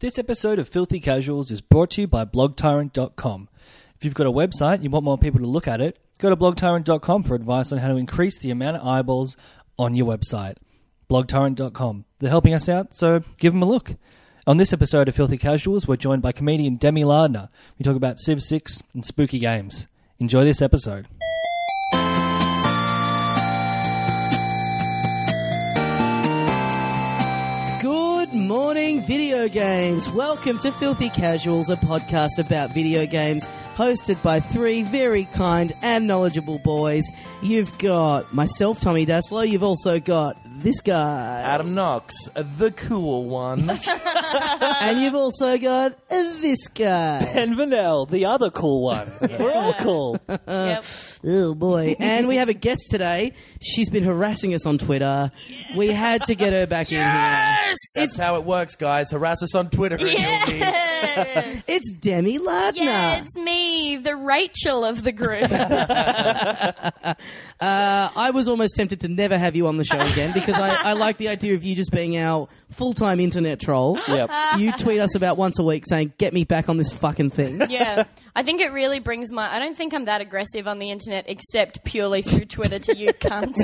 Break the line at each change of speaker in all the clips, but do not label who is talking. This episode of Filthy Casuals is brought to you by blogtyrant.com. If you've got a website and you want more people to look at it, go to blogtyrant.com for advice on how to increase the amount of eyeballs on your website. blogtyrant.com. They're helping us out, so give them a look. On this episode of Filthy Casuals, we're joined by comedian Demi Lardner. We talk about Civ 6 and spooky games. Enjoy this episode.
Good morning, video games. Welcome to Filthy Casuals, a podcast about video games hosted by three very kind and knowledgeable boys. You've got myself, Tommy Daslow. You've also got this guy.
Adam Knox, the cool one.
And you've also got this guy.
And Vanel, the other cool one. We're all cool.
Oh, boy. And we have a guest today. She's been harassing us on Twitter. We had to get her back
That's how it works, guys. Harass us on Twitter. And you'll be-
Yeah.
in here. It's Demi Lardner.
yeah, it's me, the Rachel of the group.
I was almost tempted to never have you on the show again because I, I like the idea of you just being our full time internet troll.
Yep.
You tweet us about once a week saying, get me back on this fucking thing.
yeah. I think it really brings my. I don't think I'm that aggressive on the internet except purely through Twitter to you cunts.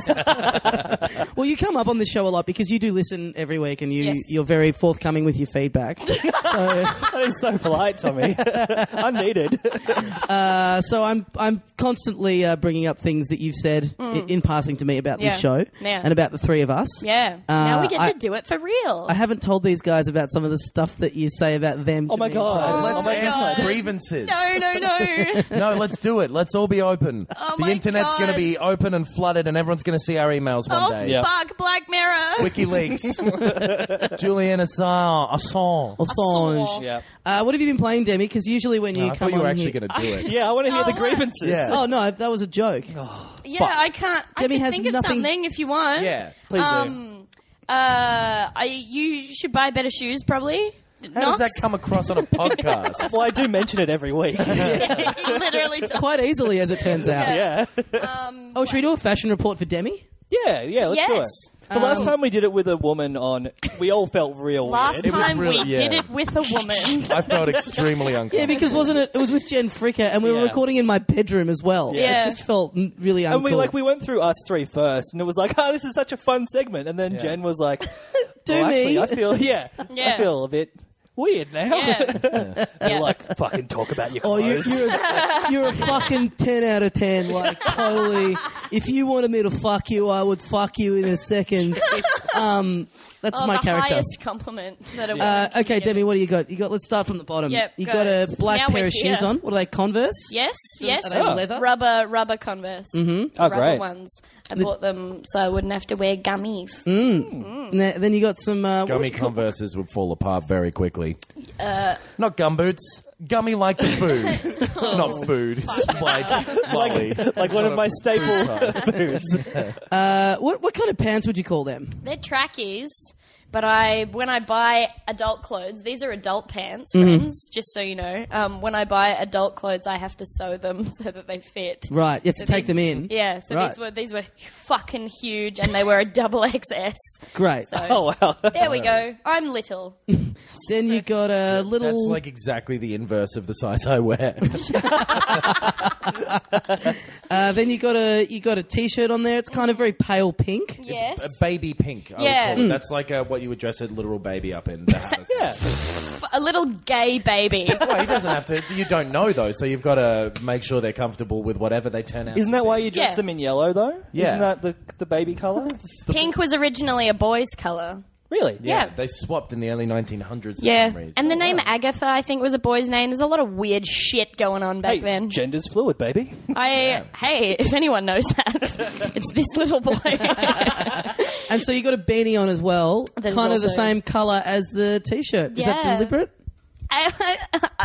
Well, you come up on this show a lot because you do listen every week and you,
Yes.
you're very forthcoming with your feedback. Uh, so,
That is so polite, Tommy. I need it.
uh, so I'm, I'm constantly uh, bringing up things that you've said i- in, passing to me about
Mm. Yeah.
this show
Yeah.
and about the three of us.
Yeah. now we get
I-
to do it for real.
I haven't told these guys about some of the stuff that you say about them.
Oh my god.
Let's
my
air
God.
some grievances.
no, no, no.
No, let's do it. Let's all be open.
Oh
the
my
internet's
God.
going to be open and flooded, and everyone's going to see our emails one
oh,
day.
Yeah.
fuck, Black Mirror.
WikiLeaks. Julian Assange.
Oh,
Assange.
Assange.
Yeah.
Uh, what have you been playing, Demi? Because usually when you
I
come
thought you
on
were actually
here-
going to do it.
Yeah, I want to hear the
what?
grievances.
Yeah.
Oh no, that was a joke.
Yeah, I can't. I
Debbie
can
has
think of
nothing-
something if you want.
Yeah.
Please
Um, uh, I, you should buy better shoes, probably.
How does that come across on a podcast?
do. Well, I do mention it every week.
Literally. t-
Quite easily, as it turns out.
yeah.
Um,
Oh, should we do a fashion report for Demi?
Yeah, yeah, let's do
Yes.
it. The last time we did it with a woman on, we all felt real
Last
weird.
was
time
really-
we
yeah.
did it with a woman.
I felt extremely uncomfortable.
Yeah, because wasn't it? It was with Jen Fricker, and we were
Yeah.
recording in my bedroom as well.
Yeah.
it just felt n- really uncool.
and we like we went through us three first, and it was like, oh, this is such a fun segment. And then Jen was like,
Do
well, actually,
me.
I feel yeah, I
Yeah.
feel a bit weird now.
Yeah.
We're
Yeah.
like, fucking talk about your
Oh,
clothes.
you, you're a, you're a fucking ten out of ten. Like totally. If you wanted me to fuck you, I would fuck you in a second. Um, that's
Oh,
my
the
character.
highest compliment that a woman
Uh,
can
okay,
give.
Demi, what do you got? You got. Let's start from the bottom.
Yep,
you
go.
got a black
Now
pair
we're
of shoes
here.
on. What are they? Converse.
Yes, yes.
Are they
Oh.
leather?
Rubber, rubber Converse. Mm-hmm.
Oh,
rubber
great.
ones. I bought them so I wouldn't have to wear gummies.
And th- then you got some uh, what
Gummy
would you call-
converses would fall apart very quickly.
Uh.
Not gum boots. Gummy like the food. Not food.
Oh.
It's like lolly.
like one of my staple foods.
Uh, what what kind of pants would you call them?
They're trackies, but I when I buy adult clothes, these are adult pants, friends. Just so you know, um, when I buy adult clothes, I have to sew them so that they fit.
Right, you have to take them in.
Yeah, so
Right.
these were these were fucking huge, and they were a double XS.
Great.
So
Oh wow,
there we go. I'm little.
Then you got a little.
That's like exactly the inverse of the size I wear.
uh, then you got a you got a t-shirt on there. It's kind of very pale pink.
yes.
a baby pink. I
Yeah.
would call it. That's like uh, what you would dress a literal baby up in. yeah.
F- a little gay baby.
Well, he doesn't have to. You don't know though, so you've got to make sure they're comfortable with whatever they turn out.
Isn't that why you dress
Yeah.
them in yellow though?
Yeah.
Isn't that the the baby color?
Pink was originally a boy's color.
really?
Yeah,
Yeah.
they swapped in the early 1900s. For
Yeah.
some reason. Oh,
And the name Agatha, I think, was a boy's name. There's a lot of weird shit going on back
Hey,
then.
gender's fluid, baby.
I hey, if anyone knows that, it's this little boy.
And so you got a beanie on as well,
That is
kind of the
also-
same color as the t-shirt. Is that
Yeah.
deliberate?
I-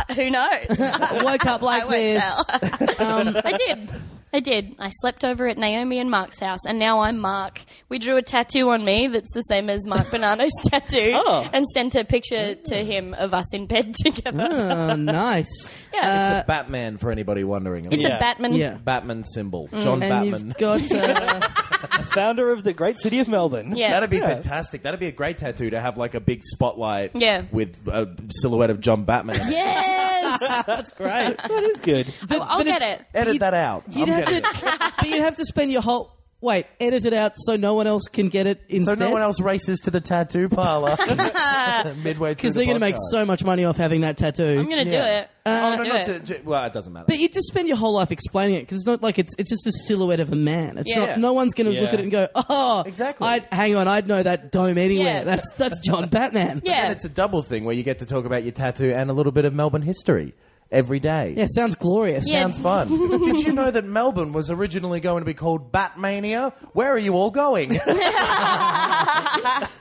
who knows?
I woke up like
I won't
this.
tell. I did. I did. I slept over at Naomi and Mark's house, and now I'm Mark. We drew a tattoo on me that's the same as Mark Bonanno's tattoo,
Oh.
and sent a picture to him of us in bed together.
Mm.
Oh, nice.
Yeah,
It's a Batman for anybody wondering.
it's
Yeah.
a Batman.
Yeah.
Batman symbol. John
And
Batman.
you've got uh,
Founder of the great city of Melbourne.
Yeah.
That'd be fantastic. That'd be a great tattoo to have like a big spotlight
Yeah.
with a silhouette of John Batman.
Yes,
uh, that's great.
That is good.
I'll, I'll
but
get
it's-
it.
Edit that out.
You'd
I'm
have
getting it.
to, but you'd have to spend your whole wait edit it out so no one else can get it
So
instead.
no one else races to the tattoo parlor midway through
because they're
the
going to make
podcast.
so much money off having that tattoo.
I'm gonna do
Yeah.
it. I'll
No,
do
not
it.
to- to- well, it doesn't matter.
but you just spend your whole life explaining it because it's not like it's it's just a silhouette of a man. It's
Yeah.
not. No one's going to
Yeah.
look at it and go, "Oh,
Exactly.
I'd, hang on, I'd know that dome anywhere.
Yeah.
That's that's John Batman.
yeah,
and it's a double thing where you get to talk about your tattoo and a little bit of Melbourne history every day.
Yeah, sounds glorious.
Yeah.
Sounds fun. Did you know that Melbourne was originally going to be called Batmania? Where are you all going?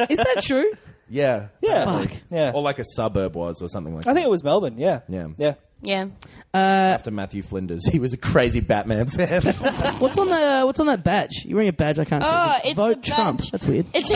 Is that true?
yeah.
Yeah.
Fuck.
Yeah.
Or like a suburb was or something like
Uh,
I
that.
think it was Melbourne. Yeah.
Yeah.
Yeah.
yeah.
After Matthew Flinders. He was a crazy Batman fan.
What's on the What's on that badge? You're wearing a badge. I can't
Oh,
see.
it's a
Vote
badge.
Trump. That's weird.
It's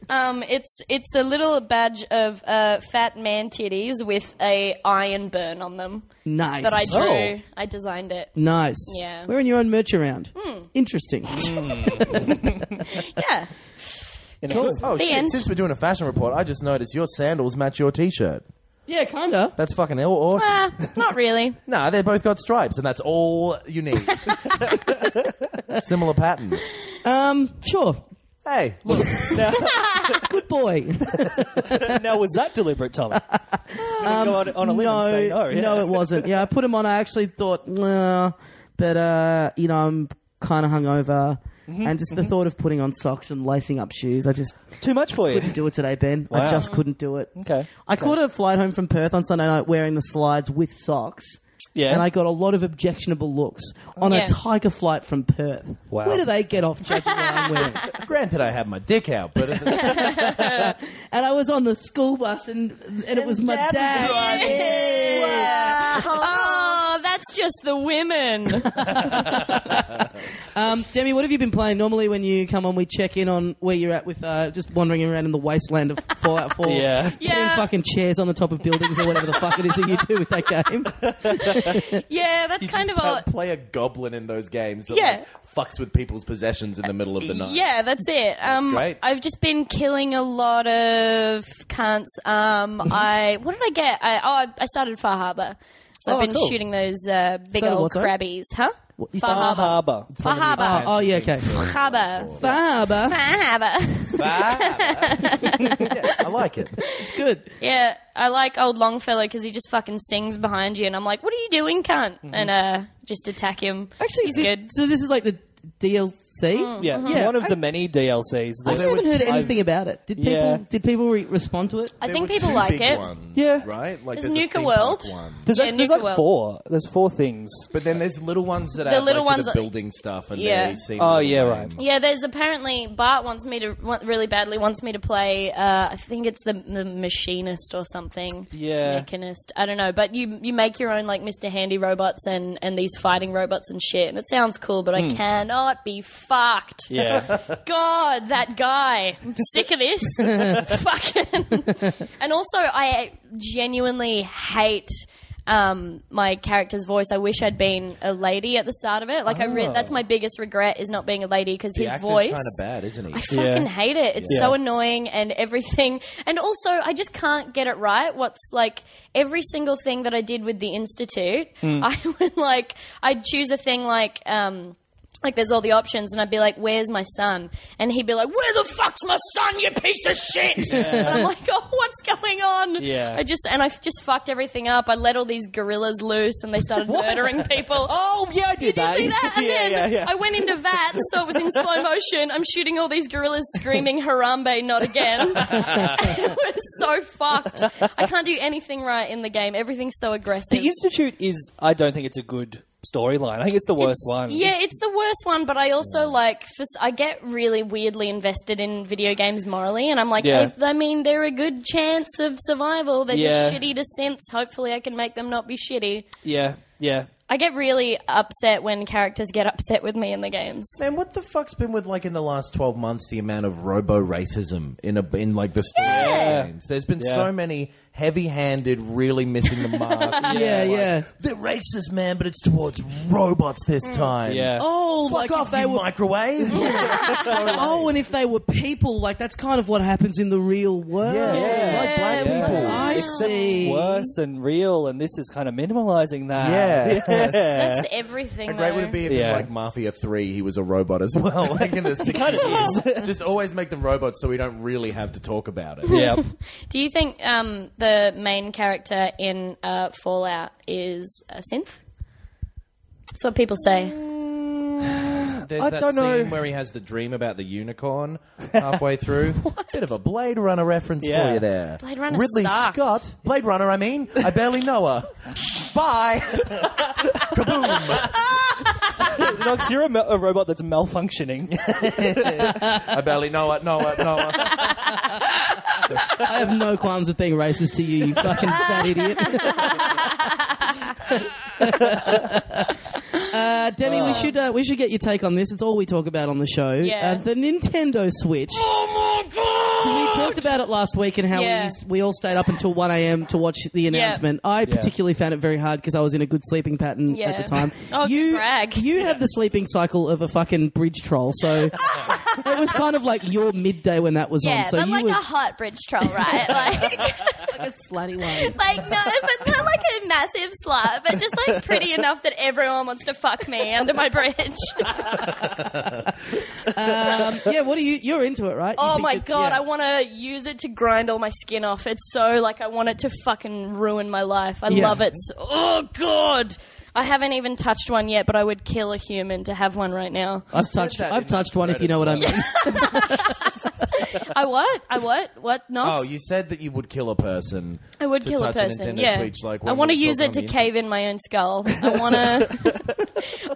um, it's it's a little badge of uh, fat man titties with a iron burn on them
nice.
that I drew.
Oh.
I designed it.
Nice.
Yeah. Hmm.
Wearing your own merch around. Interesting.
Yeah,
oh, shit.
end.
Since we're doing a fashion report, I just noticed your sandals match your t shirt.
yeah, kinda.
That's fucking ill awesome.
uh, not really.
Nah, they both got stripes, and that's all you need. Similar patterns.
Um, sure.
Hey, look,
Good boy.
Now was that deliberate, Tommy? Um, go on, on a limb and say no. Yeah.
it wasn't. Yeah, I put him on. I actually thought, nah, but uh, you know, I'm kind of hungover,
Mm-hmm,
and just the thought of putting on socks and lacing up shoes, I just
Too much for you.
couldn't do it today, Ben. I
Wow.
just couldn't do it.
Okay.
I caught a flight home from Perth on Sunday night wearing the slides with socks.
Yeah.
And I got a lot of objectionable looks on
Yeah.
a tiger flight from Perth.
Wow.
Where do they get off judging what I'm wearing?
granted, I had my dick out, but
And I was on the school bus, and and, it was my dad. Yeah.
Oh, that's just the women.
Um, Demi, what have you been playing? Normally, when you come on, we check in on where you're at with uh, just wandering around in the wasteland of Fallout 4.
Yeah.
Yeah.
Putting fucking chairs on the top of buildings or whatever the fuck it is that you do with that game.
Yeah, that's
you
kind of
just
all.
play a goblin in those games that
Yeah.
like, fucks with people's possessions in the middle of the night.
Yeah, that's it. Um,
great.
I've just been killing a lot of cunts. Um, I what did I get? I oh, I started Far Harbor, so
Oh,
I've been
cool.
shooting those uh, big
Started
old
what, sorry?
crabbies, huh?
you
Far
started-
Harbor.
Harbour.
Far Harbor.
Oh, yeah, okay.
Harbor.
Barber.
Far Harbor.
Ah. Yeah, I like it.
It's good.
yeah, I like old Longfellow because he just fucking sings behind you, and I'm like, "What are you doing, cunt?" And uh, just attack him.
Actually,
he's
thi-
good. Mm.
so this is like the DLC?
Yeah. It's
Yeah,
one of
I-
the many DLCs. That
I actually haven't heard anything about it. Did people
Yeah.
did people re- respond to it?
I
There
think
were
people
two
like
big
it.
ones,
Yeah.
right. Like
There's
a
Nuka
theme park
World.
one.
There's,
Yeah,
actually, there's
Nuka
like
World.
four. There's four things.
but then there's little ones that
The
are
little
like, to
ones
the
that-
building stuff, and
Yeah.
they seem.
Oh,
really
yeah,
lame.
right.
Yeah, there's apparently Bart wants me to want, really badly wants me to play. Uh, I think it's the, the machinist or something.
Yeah.
mechanist. I don't know, but you you make your own like Mr. Handy robots and and these fighting robots and shit, and it sounds cool, but I cannot be fucked.
Yeah.
God, that guy. I'm sick of this. Fucking. and also, I genuinely hate um, my character's voice. I wish I'd been a lady at the start of it. Like I
Oh.
re- that's my biggest regret is not being a lady because his
actor's
voice.
kind of bad, isn't he?
I fucking
Yeah.
hate it. It's
Yeah.
so annoying and everything. And also, I just can't get it right. What's like every single thing that I did with the institute,
Hmm.
I would like I'd choose a thing like. um like there's all the options, and I'd be like, "Where's my son?" And he'd be like, "Where the fuck's my son, you piece of shit?" And I'm like, "Oh, what's going on?"
Yeah.
I just and I just fucked everything up. I let all these gorillas loose, and they started murdering people.
Oh yeah, I did,
Did you see that? And
yeah,
then
yeah, yeah.
I went into that, so it was in slow motion. I'm shooting all these gorillas screaming "Harambe, not again!" it was so fucked. I can't do anything right in the game. Everything's so aggressive.
the Institute is. I don't think it's a good storyline. I think it's the worst
It's-
one.
Yeah, it's, the worst one. But I also like, for, s- I get really weirdly invested in video games morally, and I'm like,
Yeah.
if, I mean, they're a good chance of survival. They're just
Yeah.
shitty to sense. Hopefully, I can make them not be shitty.
yeah, yeah.
I get really upset when characters get upset with me in the games.
Sam, what the fuck's been with like in the last twelve months the amount of robo racism in a in like the story
Yeah.
games? There's been
Yeah.
so many heavy-handed, really missing the mark.
Yeah, yeah.
They're racist, man, but it's towards robots this time.
Mm. Yeah.
Oh,
Fuck
like
off,
if they
you
were
microwave.
oh, and if they were people, like that's kind of what happens in the real world.
Yeah, it's like black
Yeah.
people.
I see.
Worse and real, and this is kind of minimalizing that.
Yeah.
That's everything.
How great would
though.
it be if
Yeah.
in like Mafia 3 he was a robot as well, like in the 60s? Just always make them robots so we don't really have to talk about it.
yeah.
Do you think um, the main character in uh, Fallout is a synth? That's what people say.
There's
I
that
don't know.
scene where he has the dream about the unicorn halfway through. Bit of a Blade Runner reference
Yeah.
for you there.
Blade Runner
Ridley
sucked.
Scott. Blade Runner, I mean. I barely know her. Bye. Kaboom.
Nox, you're a, ma- a robot that's malfunctioning.
I barely know her, know her, know her.
I have no qualms with being racist to you, you fucking fat idiot. uh, Demi, we should uh, we should get your take on this. It's all we talk about on the show.
Oh. Yeah.
Uh, the Nintendo Switch.
Oh my god!
We talked about it last week and how
Yeah.
we, we all stayed up until 1 a.m. to watch the announcement. I particularly found it very hard because I was in a good sleeping pattern
Yeah.
at the time.
Oh, good
you,
brag.
You have the sleeping cycle of a fucking bridge troll, so it was kind of like your midday when that was
Yeah,
on. So
but
you
like
were
a hot bridge troll, right? like,
like a slutty one.
like no, but not like a massive slut, but just like pretty enough that everyone wants to fuck me under my bridge.
Um, yeah, what are you? You're into it, right? You
oh
think
my
that-
god,
yeah.
I want to use it to grind all my skin off. It's so like I want it to fucking ruin my life. I
Yeah.
love it. So, oh god. I haven't even touched one yet, but I would kill a human to have one right now.
I've touched.
that
I've
in
touched one. If you know what I mean.
I what? I what? What? Not?
Oh, you said that you would kill a person.
I would
to
kill a
touch a
person.
Nintendo
yeah,
Switch, like,
I
when
want to
we
use
talk
it
on
to
the
cave in my own skull. I want to.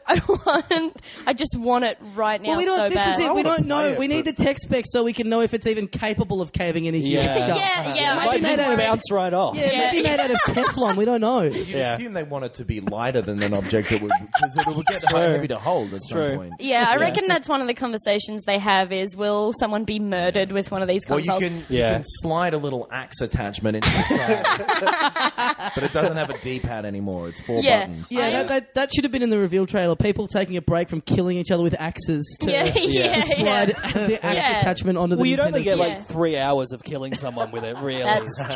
I want. I just want it right now
Well, we don't.
so
this
bad.
is it. We
wanna
don't know.
play it,
we need the tech specs so we can know if it's even capable of caving in a human
Yeah.
skull.
Oh, Yeah, yeah.
Might
I
be made
just
out of
want-
Bounce right off.
Yeah, it might be made out of Teflon. We don't know.
You
Yeah.
assume they want it to be lighter than an object that would, because it would get heavy to hold at some
true.
point.
Yeah, I reckon that's one of the conversations they have: is will someone be murdered with one of these
Well, you
consoles?
can,
Yeah.
you can slide a little axe attachment into the side, but it doesn't have a D-pad anymore. It's four
Yeah.
buttons.
Yeah, that, that, that should have been in the reveal trailer. People taking a break from killing each other with axes to,
yeah, yeah, yeah.
to slide the axe
Yeah.
attachment onto the
Well, you'd
Nintendo
only get
Switch.
Yeah.
like three hours of killing someone with it, really.
That's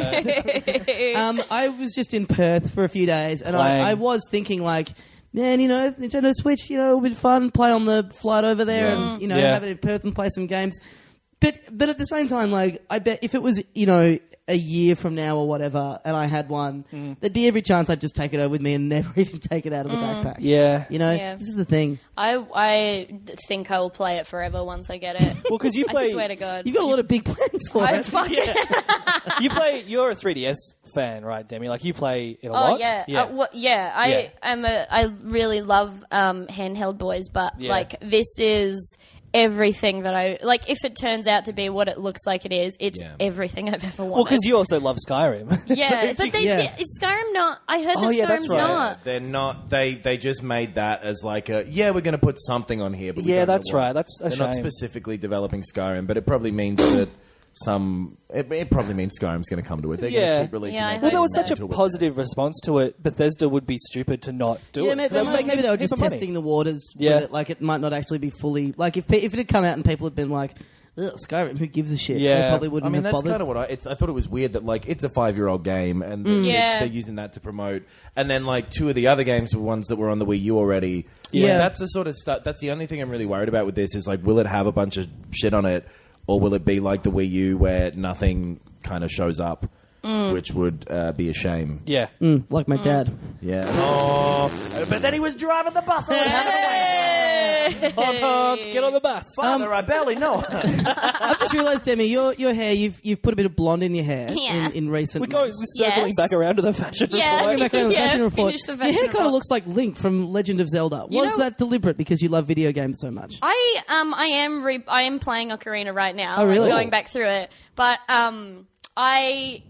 true.
um, I was just in Perth for a few days, and
Playing.
I, I was thinking like, man, you know, Nintendo Switch, you know, it'll be fun. Play on the flight over there, and you know,
Yeah.
have it in Perth and play some games. But but at the same time, like, I bet if it was you know a year from now or whatever, and I had one,
Mm.
there'd be every chance I'd just take it over with me and never even take it out of the backpack.
Yeah.
You know,
Mm. Yeah.
this is the thing.
I I think I will play it forever once I get it.
Well, because you
I
play,
swear to God.
You've got a lot of big plans for
I
it.
fucking
you play. You're a 3DS fan, right, Demi? Like you play it a
Oh
lot.
yeah, yeah. Uh, wha- yeah I
Yeah.
am a. I really love um, handheld boys, but
Yeah.
like this is everything that I like. If it turns out to be what it looks like it is, it's
Yeah.
everything I've ever wanted.
well, because you also love Skyrim.
yeah,
if
but
you-
they
yeah.
did. Is Skyrim not? I heard
Oh,
that
yeah, that's
Skyrim's
right.
not.
They're not. They they just made that as like a yeah. We're going to put something on here. But we
Yeah,
don't know
that's
what.
right. That's a
they're not
shame.
specifically developing Skyrim, but it probably means that some. It, it probably means SkyRim's going to come to it. They're going
Yeah.
to keep releasing.
Yeah, I
their
hope
Well, there
games
was such a
until it-
positive response to it. Bethesda would be stupid to not do
Yeah,
it.
maybe,
They're
maybe,
making
maybe they were
heaps
just
of money.
testing the waters. with
Yeah.
it, like it might not actually be fully like if pe- if it had come out and people had been like, Ugh, Skyrim, who gives a shit? they
Yeah.
probably
I
wouldn't
mean,
have
that's
bothered.
kind of what I. It's, I thought it was weird that like it's a five-year-old game, and the kids,
Mm. Yeah.
they're using that to promote. And then like two of the other games were ones that were on the Wii U already.
Yeah.
Like, that's the sort of stuff. That's the only thing I'm really worried about with this is like, will it have a bunch of shit on it, or will it be like the Wii U where nothing kind of shows up,
Mm.
which would uh, be a shame.
Yeah.
Mm, like my dad.
Mm.
Yeah. Oh, but then he was driving the bus. I was having a
Honk, honk, get on the bus.
Oh,
father. I barely know.
I just realised, Demi, your your hair you've you've put a bit of blonde in your hair
Yeah.
in, in recent.
We're going,
months.
we're circling
Yes.
back around to the fashion
Yeah.
report.
Going back around to the
Yeah,
fashion report.
finish the
your
fashion
hair kind of
report.
looks like Link from Legend of Zelda.
You
Was
know-
that deliberate because you love video games so much?
I um I am re- I am playing Ocarina right now.
Oh,
like,
really?
going back through it, but um I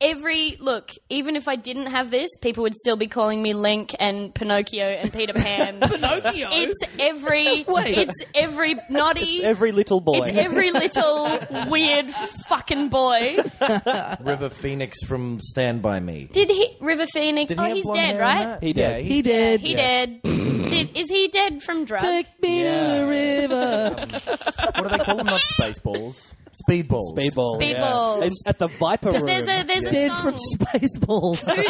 every look even if I didn't have this, people would still be calling me Link and Pinocchio and Peter Pan.
Pinocchio?
It's every.
Wait.
It's every naughty.
It's every little boy.
It's every little weird fucking boy.
River Phoenix from Stand By Me.
Did he River Phoenix?
Did
oh,
he have
he's
blonde
dead,
hair on
right?
that?
He did.
Yeah,
he did.
He dead. Did, is he dead from drugs?
Take me to
Yeah.
the river.
what do they call them? Not spaceballs. Speedballs.
Speedball.
Speedballs.
Yeah. It's at the Viper Room.
There's a there's a
Dead
song.
from Spaceballs. Just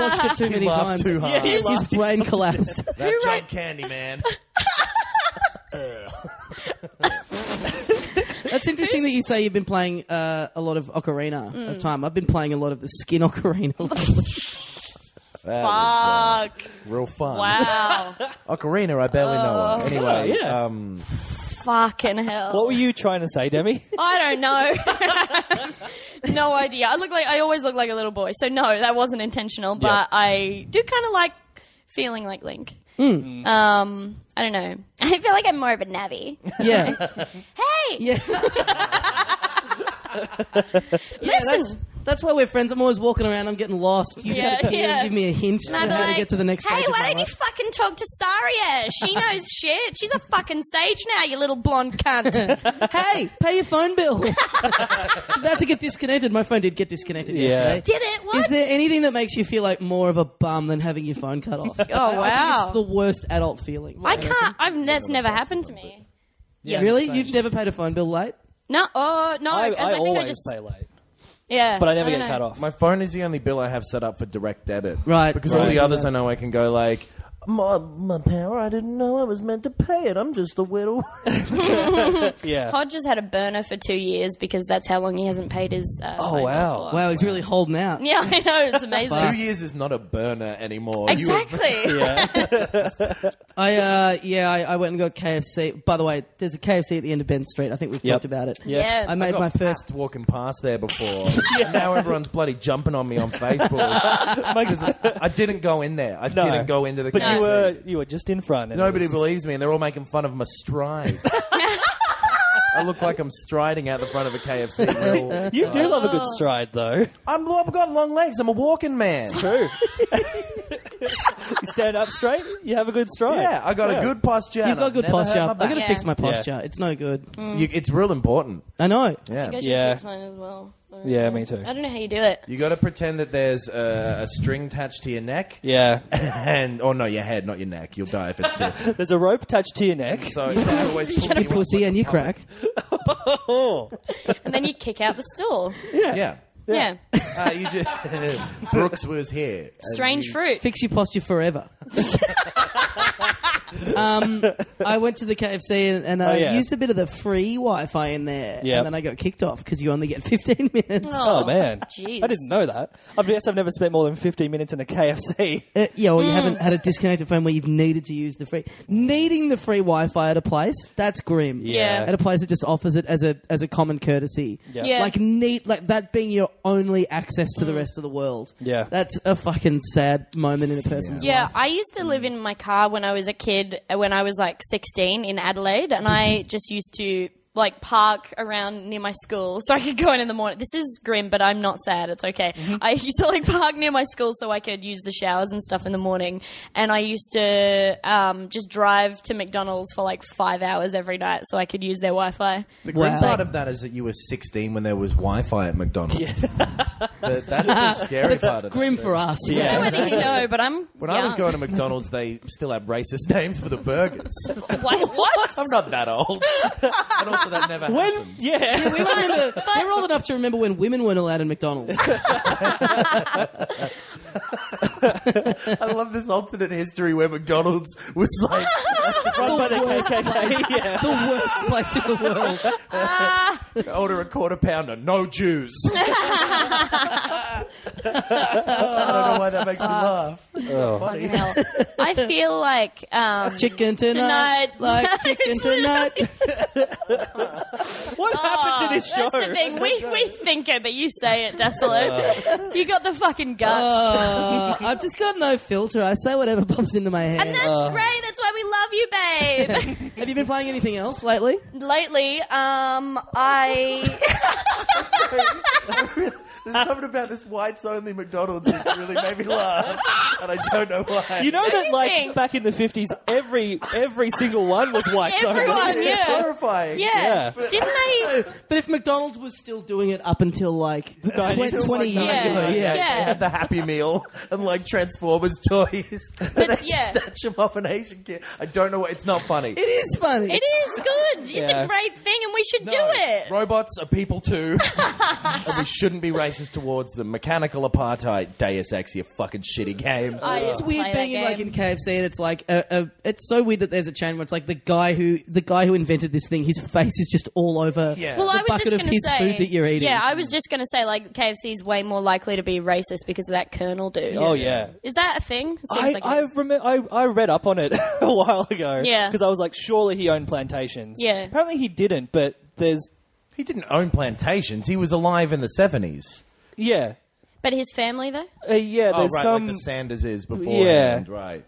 watched it too many
Laugh
times.
too hard.
Yeah, he
His
laughed
brain
himself to
collapsed.
That
Who
John
wrote-
Candy man.
That's interesting that you say you've been playing uh, a lot of Ocarina
Mm.
of Time. I've been playing a lot of the skin Ocarina. lately.
That was,
Fuck.
uh, real fun.
Wow.
Ocarina, I barely know her. Anyway,
yeah.
um,
Fucking hell.
What were you trying to say, Demi?
I don't know. no idea. I look like I always look like a little boy. So no, that wasn't intentional, but
Yeah.
I do kind of like feeling like Link. Um, I don't know. I feel like I'm more of a Navi.
yeah,
Hey,
yeah.
listen.
That's why we're friends. I'm always walking around. I'm getting lost. You
Yeah,
just appear and
yeah.
give me a hint
And I'd
on
be
how to
like,
get to the next
hey,
stage. of my
why don't you
life.
fucking talk to Saria? She knows shit. She's a fucking sage now, you little blonde cunt.
hey, pay your phone bill. it's about to get disconnected. My phone did get disconnected
Yeah.
yesterday.
Did it? What?
Is there anything that makes you feel like more of a bum than having your phone cut off?
oh
It's the
wow.
worst adult feeling.
I can't. I've that's never happened to me. Yeah.
really? You've never paid a phone bill late?
No. Oh no.
I,
'cause
I,
I, think
always
I just.
say late,
Yeah.
but I never
don't
get
know.
cut off.
my phone is the only bill I have set up for direct debit.
Right,
Because all
right.
the others I know I can go like, my, my power, I didn't know I was meant to pay it. I'm just a widow.
yeah.
Hodge has had a burner for two years because that's how long he hasn't paid his. Uh,
Oh,
phone bill
wow.
for.
Wow, he's really holding out.
Yeah, I know it's amazing.
Two years is not a burner anymore. You have-
exactly.
yeah.
I uh, yeah, I, I went and got KFC. By the way, there's a KFC at the end of Ben Street. I think we've
Yep.
talked about it.
Yes.
Yeah.
I made
got
my first.
passed walking past there before. Now everyone's bloody jumping on me on Facebook. Because I didn't go in there. I
No.
didn't go into the
But
KFC.
you were you were just in front. and it
Nobody
was-
believes me, and they're all making fun of my stride. I look like I'm striding out the front of a KFC. grill.
You do love a good
Oh.
stride, though.
I'm, I've got long legs. I'm a walking man.
True. you stand up straight. You have a good stride.
Yeah, I got
Yeah.
a good posture.
You've
and
got
I've
good
never hurt
posture.
my
I
back. Mm.
got to
Yeah.
fix my posture. It's no good.
You- it's real important.
I know.
Yeah.
Yeah.
Six mine as well. I don't
Yeah,
know.
me too.
I don't know how you do it.
You got to pretend that there's a, a string attached to your neck.
Yeah.
And, oh no, your head, not your neck. You'll die if it's sick.
There's a rope attached to your neck.
So you always pull
You
you up
pussy
like
and
a
you
puppet.
crack.
Oh,
And then you kick out the stool.
Yeah.
Yeah.
Uh, you just, Brooks was here. And
Strange
you-
fruit.
Fix your posture forever. um, I went to the KFC and, and I
Oh, yeah.
used a bit of the free Wi-Fi in there,
Yep.
and then I got kicked off because you only get 15 minutes.
Oh, man,
jeez.
I didn't know that. I guess I've never spent more than 15 minutes in a KFC.
Uh, yeah, well, you
Mm.
haven't had a disconnected phone where you've needed to use the free. Needing the free Wi-Fi at a place—that's grim.
Yeah.
at a place that just offers it as a as a common courtesy.
Yeah. Mm.
like neat, like that being your only access to the rest of the world.
Yeah.
that's a fucking sad moment in a person's life.
Yeah, I used to
Mm.
live
Mm-hmm.
in my car when I was a kid, uh, when I was like 16 in Adelaide, and I just used to like park around near my school so I could go in in the morning. This is grim, but I'm not sad. It's okay.
Mm-hmm.
I used to like park near my school so I could use the showers and stuff in the morning. And I used to um, just drive to McDonald's for like five hours every night so I could use their Wi Fi.
The grim
Wow.
part of that is that you were 16 when there was Wi-Fi at McDonald's. That- that's the scary part of
Grim
that.
for us.
Yeah.
Whether you know, but I'm.
When I was going to McDonald's, they still had racist names for the burgers.
Wait, what?
I'm not that old. and also, that never happened.
Yeah.
We remember, we're old enough to remember when women weren't allowed in McDonald's.
I love this alternate history where McDonald's was like,
Run by the
Oh.
KKK. Yeah.
the worst place in the world.
order a quarter pounder, no Jews. I don't know why that makes me laugh. Funny.
Hell. I feel like um,
Chicken tonight,
Tonight.
like chicken tonight.
What happened to this show?
Oh, That's the thing. We, we think it, but you say it, Desolate. you got the fucking guts.
Uh, I've just got no filter. I say whatever pops into my head.
and that's great. That's why we love you, babe.
Have you been playing anything else lately?
Lately, um, I
There's something about this whites only McDonald's that's really made me laugh, and I don't know why.
You know that, like
Amazing.
back in the fifties, every every single one was white. so-
everyone,
it's
yeah,
horrifying.
yeah. Didn't they?
But if McDonald's was still doing it up until like
90s.
20,
Until,
20
like,
years
Yeah.
ago, yeah.
Yeah.
Had the Happy Meal and like Transformers toys. and they
yeah.
snatch them off an Asian kid. I don't know. why- It's not funny.
It is funny.
It is good. It's
Yeah.
a great thing, and we should do
No.
it.
Robots are people too. and we shouldn't be racist towards them. Mechanical apartheid, Deus Ex, you fucking shitty game.
I
It's weird
Oh, play
being in,
that
like
game.
in KFC and it's like a, a, it's so weird that there's a chain where it's like the guy who the guy who invented this thing, his face is just all over.
Yeah.
Well,
the
I was
bucket
just
of
going to
his
say
food that you're eating.
Yeah, I was just going to say like KFC is way more likely to be racist because of that Colonel dude.
Oh yeah.
Is that a thing? It
I,
like it
I,
is.
remem- I I read up on it a while ago.
Yeah.
Because I was like, surely he owned plantations.
Yeah.
Apparently he didn't, but there's
He didn't own plantations. He was alive in the seventies.
yeah.
but his family though.
Uh, yeah,
Oh,
there's
right,
some.
like the Sanders is before.
Yeah.
right.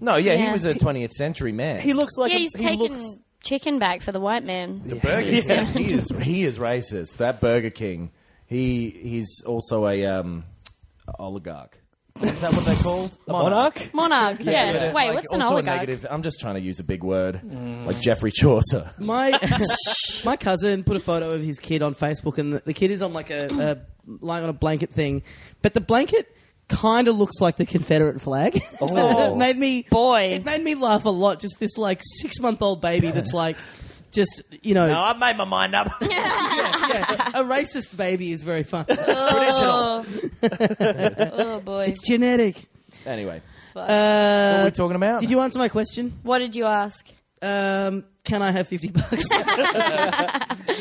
No, yeah, he
Yeah.
was a 20th century man.
he looks like
Yeah,
a,
he's
he
taken
looks.
chicken back for the white man.
The Burger King. He is he is racist. That Burger King. He he's also a um, oligarch. Is that what they're called?
Monarch?
Monarch, yeah.
But it's
Wait,
like
what's an
also a
oligarch?
negative- I'm just trying to use a big word, like Jeffrey Chaucer.
My my cousin put a photo of his kid on Facebook, and the, the kid is on like a, a lying on a blanket thing, but the blanket kind of looks like the Confederate flag.
Oh.
it made me
Boy.
It made me laugh a lot. Just this like six month old baby that's like. Just you know,
I've made my mind up.
a racist baby is very fun.
oh. oh boy.
It's genetic.
anyway, what are
Uh,
we talking about?
did you answer my question?
What did you ask?
Um, can I have fifty bucks?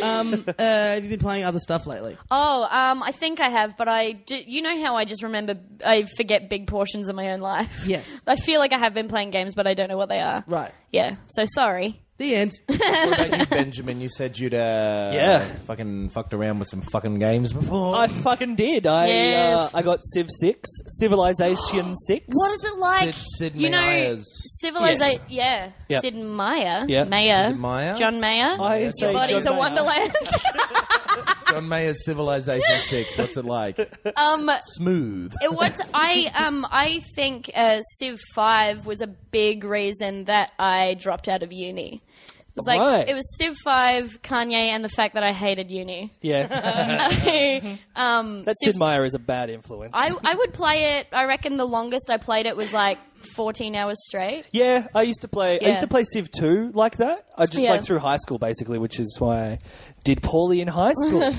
um, uh, have you been playing other stuff lately?
Oh, um, I think I have, but I do, you know how I just remember I forget big portions of my own life.
Yeah.
I feel like I have been playing games, but I don't know what they are.
Right.
Yeah. So sorry.
The end.
What about you, Benjamin? You said you'd uh,
Yeah.
fucking fucked around with some fucking games before.
I fucking did. I
Yes.
uh, I got Civ Six, Civilization Six.
What is it like?
Sid- Sid
you know,
Meier's.
civilization. Yeah.
Yep.
Sid Meier.
Yep.
Mayer.
Is it Meyer?
John Mayer.
I
Your
say
Body's
John
a
Mayer.
wonderland.
John Mayer's Civilization Six. What's it like?
um,
Smooth.
it was I um I think uh, Civ Five was a big reason that I dropped out of uni. It was like
Right.
it was Civ Five, Kanye, and the fact that I hated uni.
Yeah,
I,
that Sid Meier is a bad influence.
I would play it. I reckon the longest I played it was like 14 hours straight.
yeah, I used to play. I
Yeah.
used to play Civ Two like that. I just
Yeah.
like through high school basically, which is why I did poorly in high school.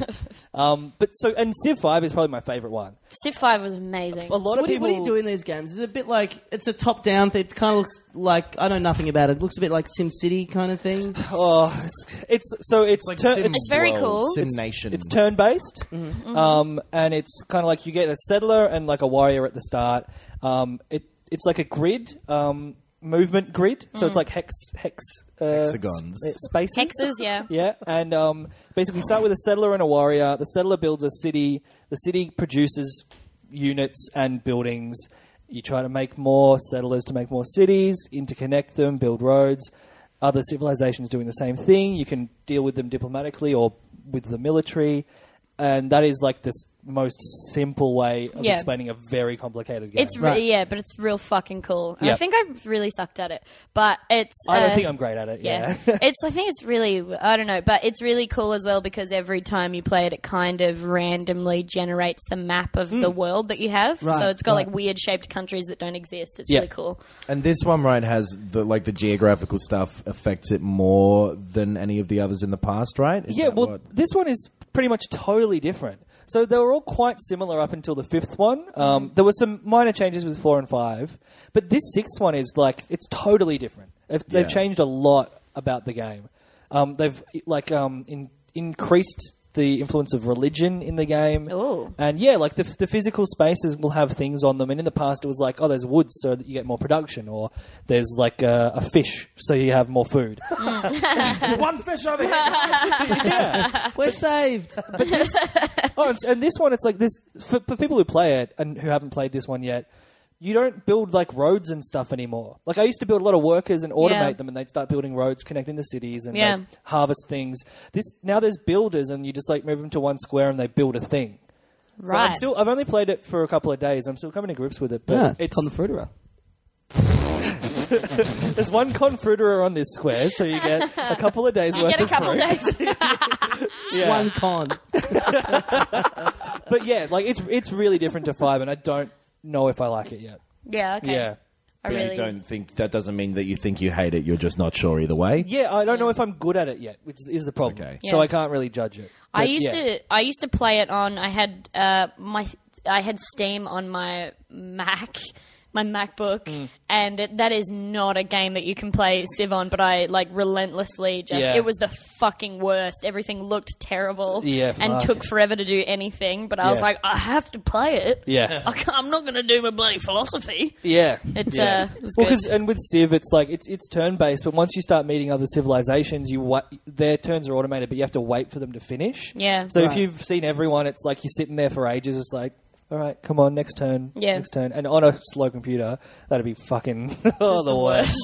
um, but so and Civ Five is probably my favorite one.
Civ Five was amazing.
A lot
So
of
what, do you,
people.
what do you do in these games? It's a bit like it's a top-down thing. It kind of looks like I know nothing about it. It looks a bit like Sim City kind of thing.
Oh, it's, it's so it's
Like
tur-
Sims
it's
very
World,
cool.
Sim Nation.
It's turn based,
Mm-hmm.
um, and it's kind of like you get a settler and like a warrior at the start. Um, it it's like a grid, um, movement grid. So
Mm.
it's like hex hex uh,
Hexagons.
s- uh, spaces.
Hexes, yeah.
Yeah, and um, basically you start with a settler and a warrior. The settler builds a city. The city produces units and buildings. You try to make more settlers to make more cities, interconnect them, build roads. other civilizations doing the same thing. You can deal with them diplomatically or with the military. And that is like this most simple way of
Yeah.
explaining a very complicated game.
It's re-
Right.
yeah, but it's real fucking cool. And
Yeah.
I think I've really sucked at it, but it's.
I don't
uh,
think I'm great at it.
yeah,
Yeah.
it's. I think it's really. I don't know, but it's really cool as well because every time you play it, it kind of randomly generates the map of
Hmm.
the world that you have.
Right,
so it's got
right.
like weird shaped countries that don't exist. It's
Yeah.
really cool.
And this one, right, has the like the geographical stuff affects it more than any of the others in the past, right? Is
Yeah,
that
well,
what-
this one is pretty much totally different. So they were all quite similar up until the fifth one.
Mm-hmm.
Um, there were some minor changes with four and five, but this sixth one is like it's totally different. They've,
Yeah.
they've changed a lot about the game. Um, they've like um, in, increased the influence of religion in the game.
Ooh.
And yeah, like the, the physical spaces will have things on them. And in the past, it was like, oh, there's wood so that you get more production, or there's like uh, a, a fish so you have more food.
There's one fish over here.
We're saved.
Oh, and, and this one, it's like this for, for people who play it and who haven't played this one yet. You don't build like roads and stuff anymore. Like I used to build a lot of workers and automate
Yeah.
them, and they'd start building roads connecting the cities and
Yeah.
they'd harvest things. This now there's builders, and you just like move them to one square and they build a thing. So
Right.
I'm still, I've only played it for a couple of days. I'm still coming to grips with it, but
yeah,
it's,
Confruiterer.
there's one confruiterer on this square, so you get a couple of days worth
Get a
of
couple
fruit.
days.
Yeah.
One con.
But yeah, like it's it's really different to five, and I don't know if I like it yet.
yeah. Okay.
Yeah.
I
But
really.
you don't think that doesn't mean that you think you hate it. You're just not sure either way.
Yeah, I don't know if I'm good at it yet, which is the problem.
Okay.
So
Yeah.
I can't really judge it.
I
But,
used
yeah.
to I used to play it on I had uh, my I had Steam on my Mac my MacBook
Mm.
and it, that is not a game that you can play Civ on but I like relentlessly just
Yeah.
it was the fucking worst everything looked terrible
Yeah,
and
fuck.
took forever to do anything but I was
Yeah.
like I have to play it
Yeah.
I can't, I'm not going to do my bloody philosophy
Yeah.
It,
yeah.
uh, it was
well,
good.
and with Civ, it's like it's it's turn based, but once you start meeting other civilizations, you wa- their turns are automated, but you have to wait for them to finish.
Yeah.
So if
Right.
you've seen everyone, it's like you're sitting there for ages. It's like, all right, come on, next turn.
Yeah.
Next turn, and on a slow computer, that'd be fucking oh, the, worst.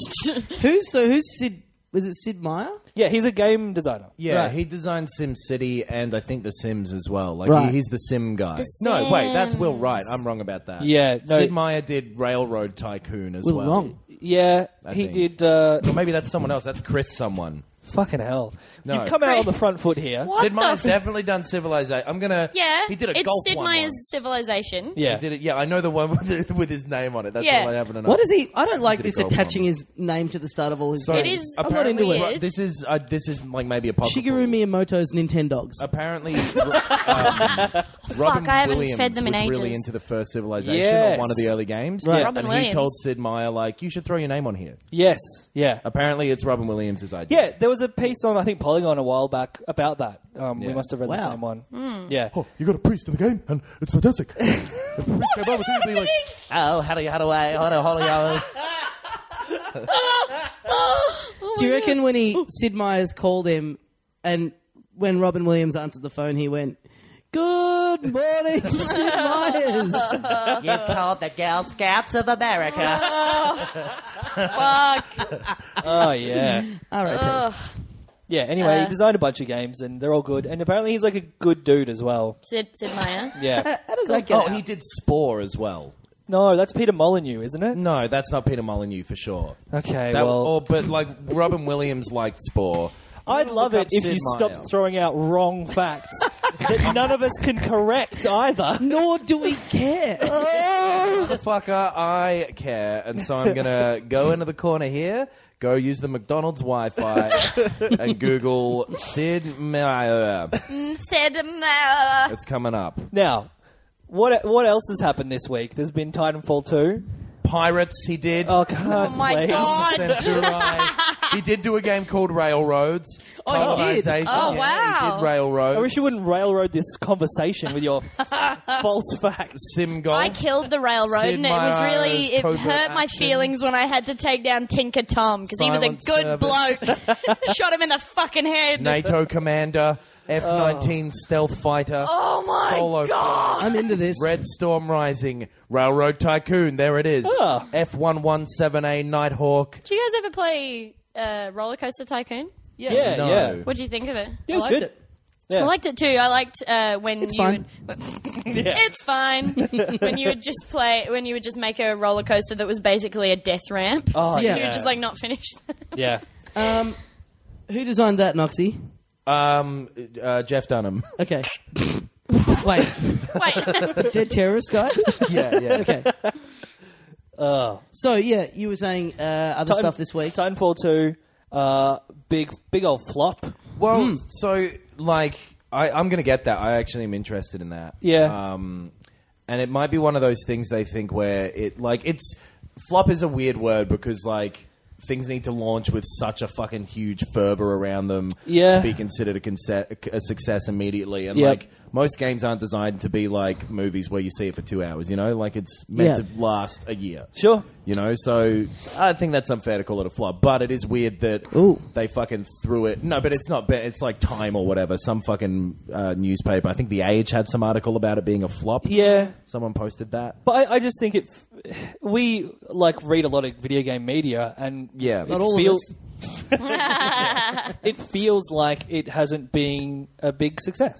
Who's so? Who's Sid? Was it Sid Meier?
Yeah, he's a game designer.
Yeah,
Right.
he designed Sim City and I think The Sims as well. Like
Right.
he, he's the Sim guy. No, wait, that's Will Wright. I'm wrong about that.
Yeah, no-
Sid Meier did Railroad Tycoon as
Will
well.
Long.
Yeah, he
think.
did. Uh,
Or maybe that's someone else. That's Chris. Someone.
fucking hell!
No.
You've come out on the front foot here.
What
Sid
the
Meier's
f-
definitely done Civilization. I'm gonna.
yeah
He did a
it's
golf
Sid
one
Meier's
once.
Civilization
Yeah.
He did it. Yeah, I know the one with, with his name on it. That's
Yeah.
all I happen to know.
What is he? I don't like
did a
this
girl
attaching
bomb.
his name to the start of all his.
So
It is
I'm not into it.
weird.
This is uh, this is like maybe a
Shigeru Miyamoto's Nintendogs.
Apparently, um, Robin
I haven't
Williams
fed them in
was really
ages.
into the first Civilization
Yes.
or one of the early games.
Right.
Robin
and he
Williams.
told Sid Meier like, "You should throw your name on here."
Yes. Yeah.
Apparently, it's Robin Williams' idea.
Yeah, there was a piece on I think Polygon a while back about that. Um, We
Yeah. Oh.
must have read the
Wow. Hmm.
same one. Yeah,
you got a priest in the game, and it's fantastic.
Go over to him and be like, "Oh, how do you, how do I, how do, how do I?"
Do you reckon when he Sid Meier's called him, and when Robin Williams answered the phone, he went, "Good morning, to Sid Meier's."
You've called the Girl Scouts of America.
fuck
oh yeah,
R.I.P.
yeah. Anyway,
Uh.
he designed a bunch of games and they're all good. And apparently he's like a good dude as well.
Sid, Sid Meier
Yeah.
How does that get
Oh,
out?
he did Spore as well.
no, that's Peter Molyneux, isn't it?
No, that's not Peter Molyneux for sure.
Okay,
Mm. That,
well,
or, but like Robin Williams liked Spore.
I'd
Look
love
up
it if
Sid
you
Meier.
stopped throwing out wrong facts that none of us can correct either.
Nor do we care.
Motherfucker, I care, and so I'm gonna go into the corner here, go use the McDonald's Wi-Fi, and Google Sid Meier.
Sid Meier
It's coming up.
Now, what what else has happened this week? There's been Titanfall two.
Pirates, he did.
Oh God,
my
please.
God.
Centurai. he did do a game called Railroads.
Oh, he did?
Colonization,
Oh,
yeah, He
wow.
did Railroads.
I wish you wouldn't railroad this conversation with your false facts.
Sim golf.
I killed the railroad,
Sid
and it was
Meier's
really it hurt
covert
my
action.
feelings when I had to take down Tinker Tom because he was a
Silent
good
service.
bloke. Shot him in the fucking head.
NATO commander, F 19 stealth fighter.
Oh my
solo
god!
I'm into this.
Red Storm Rising, Railroad Tycoon, there it is.
Ah.
F117A Nighthawk.
Do you guys ever play uh, Roller Coaster Tycoon?
Yeah.
Yeah,
No.
yeah.
What do you think of it?
Yeah, it was
I liked
good.
it.
Yeah.
I liked it too. I liked uh, when you
fine.
would. It's fine when you would just play when you would just make a roller coaster that was basically a death ramp.
Oh,
Yeah.
You
yeah.
would just like not finish.
yeah.
Um, who designed that, Noxie?
Um, uh, Jeff Dunham.
Okay. Wait,
Wait,
dead terrorist guy?
yeah, yeah.
Okay. so yeah, you were saying uh, other stuff this week.
Titanfall 2, uh, big, big old flop.
Well,
Hmm.
so like I, I'm going to get that. I actually am interested in that.
Yeah.
Um, and it might be one of those things they think where it like it's flop is a weird word because like things need to launch with such a fucking huge fervor around them
Yeah.
to be considered a, conce- a success immediately. And
Yep.
like most games aren't designed to be like movies where you see it for two hours. You know, like it's meant
Yeah.
to last a year.
Sure.
You know, so I think that's unfair to call it a flop, but it is weird that
Ooh.
they fucking threw it. No, but it's not. ba- It's like Time or whatever. Some fucking uh, newspaper. I think The Age had some article about it being a flop.
Yeah.
someone posted that.
But I, I just think it. f- We like read a lot of video game media, and
Yeah.
it
Not all
of
feels. it feels like it hasn't been a big success.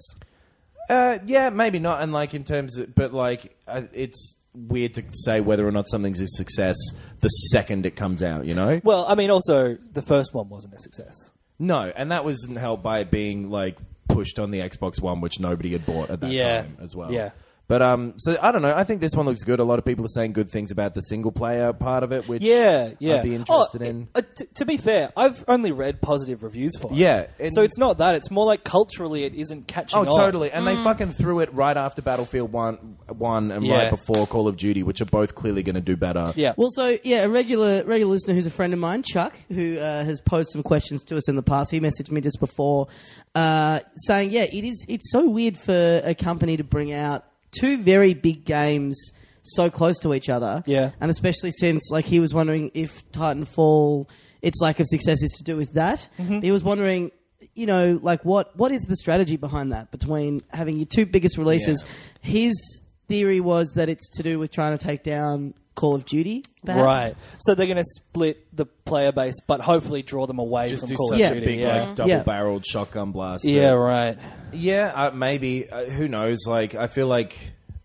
Uh, yeah, maybe not. And like in terms, of, but like uh, it's weird to say whether or not something's a success the second it comes out. You know?
Well, I mean, also the first one wasn't a success.
No, and that wasn't helped by it being like pushed on the Xbox One, which nobody had bought at that
Yeah.
time as well.
Yeah.
But um, so I don't know. I think this one looks good. A lot of people are saying good things about the single player part of it, which
Yeah, yeah.
I'd be
Oh,
interested in.
uh, t- to be fair, I've only read positive reviews for it.
Yeah, and-
so it's not that. It's more like culturally, it isn't catching
Oh,
on.
totally. And they fucking threw it right after Battlefield One, one, and
Yeah.
right before Call of Duty, which are both clearly going to do better.
Yeah.
Well, so yeah, a regular regular listener who's a friend of mine, Chuck, who uh, has posed some questions to us in the past. He messaged me just before, uh, saying, "Yeah, it is. It's so weird for a company to bring out two very big games so close to each other.
Yeah.
and especially since like he was wondering if Titanfall, its lack of success is to do with that.
Mm-hmm.
He was wondering." You know, like what what is the strategy behind that between having your two biggest releases? His theory was that it's to do with trying to take down Call of Duty, perhaps.
Right. So they're going to split the player base, but hopefully draw them away
Just
from
do
Call
such
of
Yeah.
a
Duty.
big,
yeah.
like, double-barreled shotgun blast. that-
yeah, right.
Yeah, uh, maybe. Uh, who knows? Like, I feel like.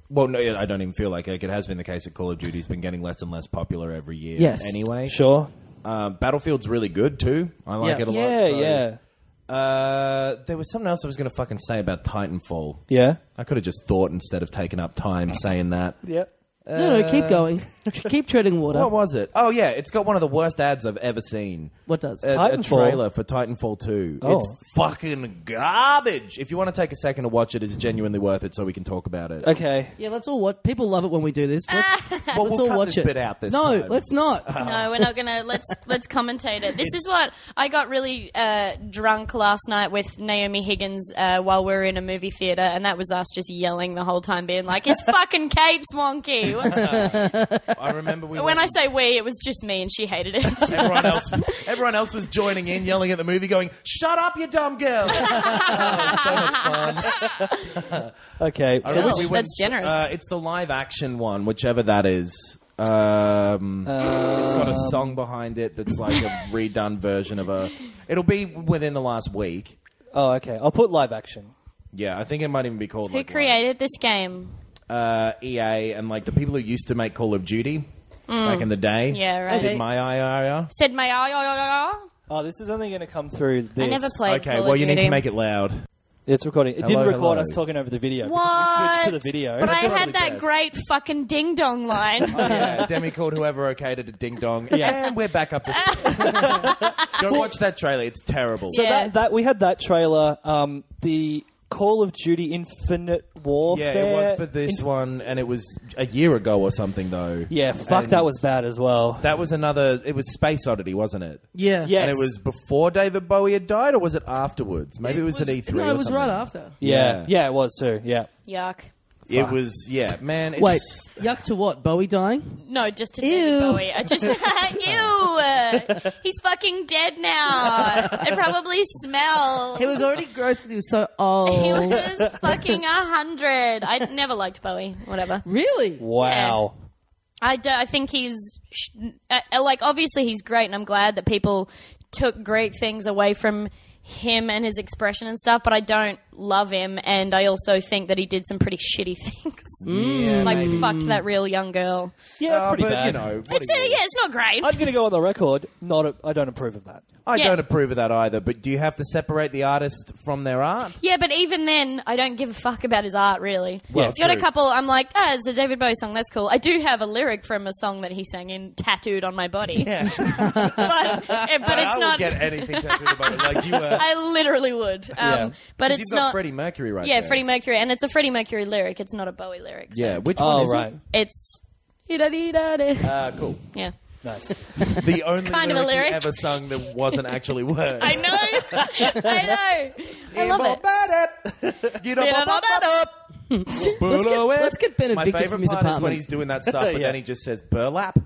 Well, no, I don't even feel like it. It has been the case that Call of Duty's been getting less and less popular every year.
Yes.
Anyway,
Sure.
Uh, Battlefield's really good too. I like
Yeah.
it a lot.
Yeah,
so-
yeah.
Uh, there was something else I was going to fucking say about Titanfall.
Yeah.
I could have just thought instead of taking up time saying that.
Yep.
No, no, keep going. keep treading water.
Uh, What was it? Oh yeah, it's got one of the worst ads I've ever seen.
What does?
a, a
Titanfall?
trailer for Titanfall 2.
Oh.
It's fucking garbage. If you want to take a second to watch it, it's genuinely worth it so we can talk about it.
Okay.
yeah, let's all watch. People love it when we do this. Let's,
Well,
let's
Ah. we'll
all
cut
watch
this
it.
bit out this
no,
time. Uh-huh.
let's not.
no, we're not gonna. Let's let's commentate it. This is what I got really uh, drunk last night with Naomi Higgins uh, while we were in a movie theater, and that was us just yelling the whole time, being like, "His fucking cape's wonky." What's-
I remember we
when I
went-
say we, it was just me, and she hated it.
everyone else everyone else was joining in yelling at the movie going, "Shut up, you dumb girl."
Okay.
I
So
remember
Ouch,
went-
that's generous.
Uh, it's the live action one, whichever that is. Um, it's got a song behind it that's like a redone version of a. It'll be within the last week.
oh, okay. I'll put live action.
Yeah, I think it might even be called.
Who
like,
created this game?
uh, EA and like the people who used to make Call of Duty back in the day.
Mm. Yeah, right.
Sid Meier's.
Said my I, I, I,
Oh, this is only going to come through this.
I never played.
Okay,
Call of
well you need
Duty.
to make it loud.
It's recording. It
Hello,
didn't record
hello.
us talking over the video because we
What?
switched to the video.
But I had
Totally
that
guess.
great fucking ding dong line.
Yeah, Demi called whoever okayed it a ding dong,
Yeah.
and we're back up. to- Go watch that trailer; it's terrible.
so
Yeah.
that, that we had that trailer. Um, the Call of Duty Infinite
yeah,
Warfare.
it was for this one, and it was a year ago or something though.
Yeah, fuck,
And
that was bad as well.
That was another. It was Space Oddity, wasn't it?
Yeah.
Yes.
And it was before David Bowie had died, or was it afterwards? Maybe it was, at E3.
No,
or
it was
something.
right after.
yeah.
yeah.
yeah, it was too. Yeah.
Yuck.
It was yeah, man. It's,
Wait, yuck to what? Bowie dying?
No, just to
Ew.
David Bowie. I just ew. He's fucking dead now. It probably smells.
He was already gross because he was so
He
old.
was fucking a hundred. I never liked Bowie. Whatever.
really?
Wow.
I, do, I think he's sh- uh, uh, like obviously he's great, and I'm glad that people took great things away from him and his expression and stuff, but I don't love him, and I also think that he did some pretty shitty things, like fucked that real young girl.
Mm, Yeah, that's
Oh,
pretty
but,
bad.
You know, what
It's,
do
uh,
you-
yeah, it's not great.
I'm going to go on the record. Not, a, I don't approve of that.
I
yeah.
don't approve of that either. But do you have to separate the artist from their art?
yeah, but even then, I don't give a fuck about his art really.
Well,
He's got a
true.
couple. I'm like, ah, it's a David Bowie song. That's cool. I do have a lyric from a song that he sang in tattooed on my body. eh,
Yeah.
but, but it's
I
not.
would get anything tattooed about it. Like you were.
I literally would. Um,
Yeah.
But
you've
it's
got
not.
Freddie Mercury right
yeah,
there.
Freddie Mercury, and it's a Freddie Mercury lyric. It's not a Bowie lyric. So
Yeah, which one
Oh,
is it?
right.
It's. Yeah.
Uh, cool.
Nice.
The only
kind of a
lyric,
lyric.
you ever sung that wasn't actually words.
I know. I know. I love it.
it. you don't pop up.
Let's get,
Burlap.
let's get Ben
My
evicted
favorite
from his
part is when
apartment.
he's doing that stuff, but
Yeah.
then he just says burlap.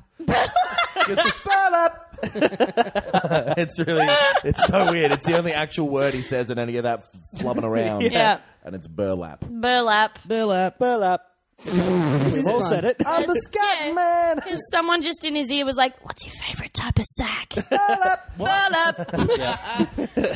Just burlap. it's really, it's so weird. It's the only actual word he says in any of that flubbing around.
Yeah.
And it's burlap.
Burlap.
Burlap.
Burlap.
We've
All uh, said it.
I'm the scat
yeah.
man.
Because someone just in his ear was like, "What's your favorite type of sack?" Burlap.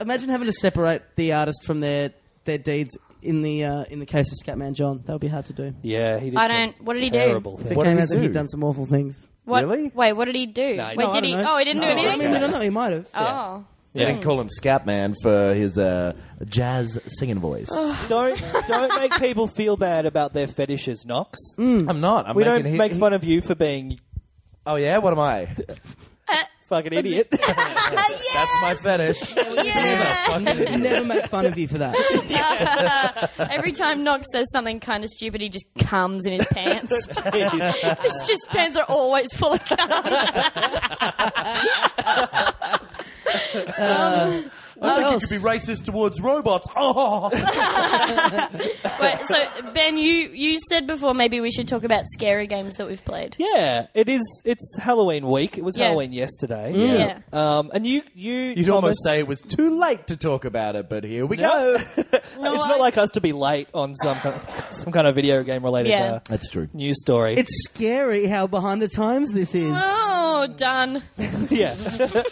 Imagine having to separate the artist from their their deeds in the uh, in the case of Scatman John. That would be hard to do.
Yeah, he did.
I
some
don't- what did he do?
terrible
If it
thing.
did
came
he
out that
do?
he'd done some awful things.
What?
Really?
Wait, what did he do?
No, he
Wait,
No, I
did
don't
he?
know.
Oh, he didn't do
No, I
anything.
mean, we don't know. He might have.
Oh,
Yeah. They call him scat man for his uh, jazz singing voice.
Don't don't make people feel bad about their fetishes, Knox.
I'm not. I'm
We
making
don't
he-
make
he-
fun of you for being
Oh yeah, what am I?
fucking idiot.
That's my fetish.
Oh, yeah.
I'd never make fun of you for that.
Every time Knox says something kind of stupid, he just comes in his pants.
Jeez.
His just pants are always full of cum.
What else?
Be racist towards robots. Oh,
Wait, so Ben, you you said before maybe we should talk about scary games that we've played.
yeah, it is. It's Halloween week. It was
Yeah.
Halloween yesterday.
Yeah.
Um, and you, you,
Mm. You'd
Thomas,
almost say it was too late to talk about it, but here we
No.
go.
No,
it's
I-
not like us to be late on some kind of, some kind of video game related
Yeah.
uh,
That's true.
news story.
It's scary how behind the times this is.
Oh, done.
yeah. well,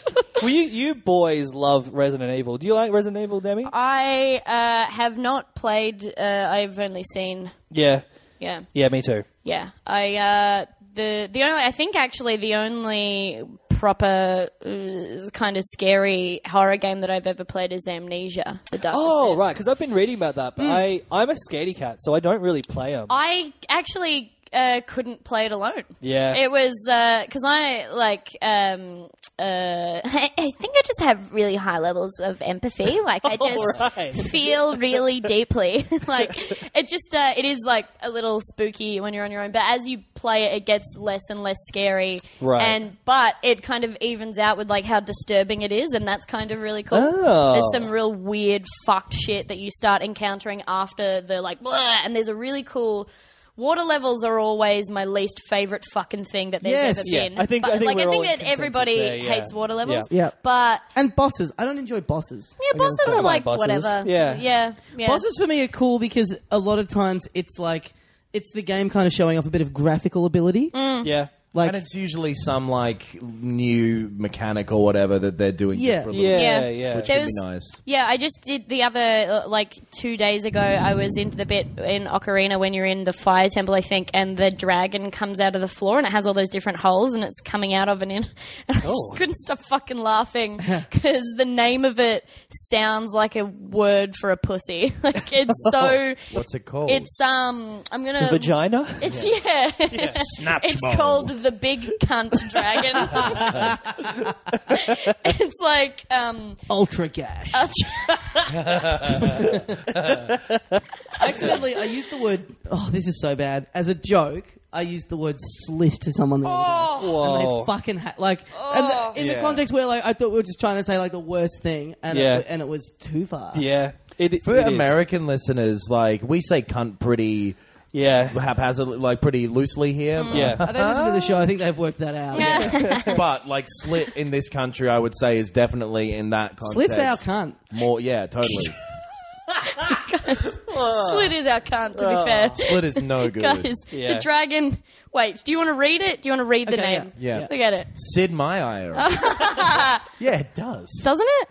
you, you boys love Resident Evil. Do you like Resident Evil, Demi?
I uh, have not played. Uh, I've only seen.
yeah.
Yeah,
Yeah, me too.
yeah. I uh, the the only I think actually the only proper uh, kind of scary horror game that I've ever played is Amnesia: The Darkness.
Oh,
Am.
right, because I've been reading about that,
Mm.
but I, I'm a scaredy cat, so I don't really play them.
I actually uh, couldn't play it alone.
Yeah.
It was because I like um, uh, I, I think I just have really high levels of empathy. Like I just
right.
feel really deeply. like it just uh, it is like a little spooky when you're on your own. But as you play it, it gets less and less scary.
Right.
And but it kind of evens out with like how disturbing it is, and that's kind of really cool.
Oh.
There's some real weird fucked shit that you start encountering after the like, bleh, and there's a really cool. Water levels are always my least favorite fucking thing that there's
Yes.
ever
Yeah,
been.
I think-
but,
I think
like
we're
I
all
think
in
that
consensus
everybody
there, yeah.
hates water levels.
Yeah.
Yeah.
But
And bosses. I don't enjoy bosses. I gotta
yeah, bosses
say.
are
don't
like
mind bosses.
whatever.
Yeah.
Yeah. yeah.
Bosses for me are cool because a lot of times it's like it's the game kind of showing off a bit of graphical ability.
Mm.
yeah.
Like
And it's usually some like new mechanic or whatever that they're doing.
Yeah.
just for a little-
Yeah, yeah.
Yeah.
which
There
can be
was-
nice.
Yeah, I just did the other uh, like two days ago. I was into the bit in Ocarina when you're in the fire temple, I think, and the dragon comes out of the floor and it has all those different holes and it's coming out of and in. And I just couldn't stop fucking laughing because the name of it sounds like a word for a pussy. Like it's so.
What's it called?
It's um. I'm gonna.
Vagina?
It's yeah. it's called the big cunt dragon. it's like um.
ultra gash. Accidentally, I used the word. Oh, this is so bad. As a joke, I used the word slit to someone the other day.
Whoa.
Oh.
And they fucking ha- like and the, in the
Yeah.
context where like I thought we were just trying to say like the worst thing, and
Yeah.
it, and it was too far.
yeah. It,
for
it is.
American listeners, like we say cunt pretty
Yeah.
haphazardly, like pretty loosely here.
Mm.
Yeah.
If They listen to the show. I think they've worked that out.
but like slit in this country, I would say is definitely in that context.
Slit's our cunt.
More, yeah, totally.
Slit is our cunt, to be fair.
Split is no good.
Guys,
Yeah.
the dragon. Wait, do you want to read it? Do you want to read the
Okay,
name?
yeah. Yeah.
Look at it.
Sid Meier. yeah, it does.
Doesn't it?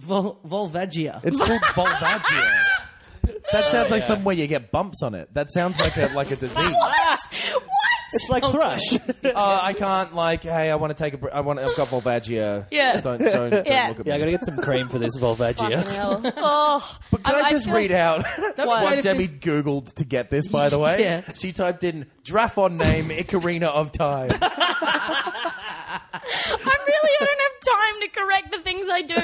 Vol- Volvagia.
It's called Volvagia.
Oh,
That sounds like somewhere you get bumps on it. That sounds like a like a disease.
What?
It's like thrush. uh, I can't like. Hey, I want to take a. br- I want. I've got Volvagia.
Yeah.
Don't don't, don't
Yeah.
look at
Yeah, I
me.
gotta get some cream for this
Fucking
Volvagia.
hell. Oh,
But can I,
I- I
just
feel-
read out
be great
what
if
Debbie
it's-
googled to get this? By the way,
Yeah.
she typed in Draphon name Icarina of time.
I'm really. I don't have time to correct the things I do.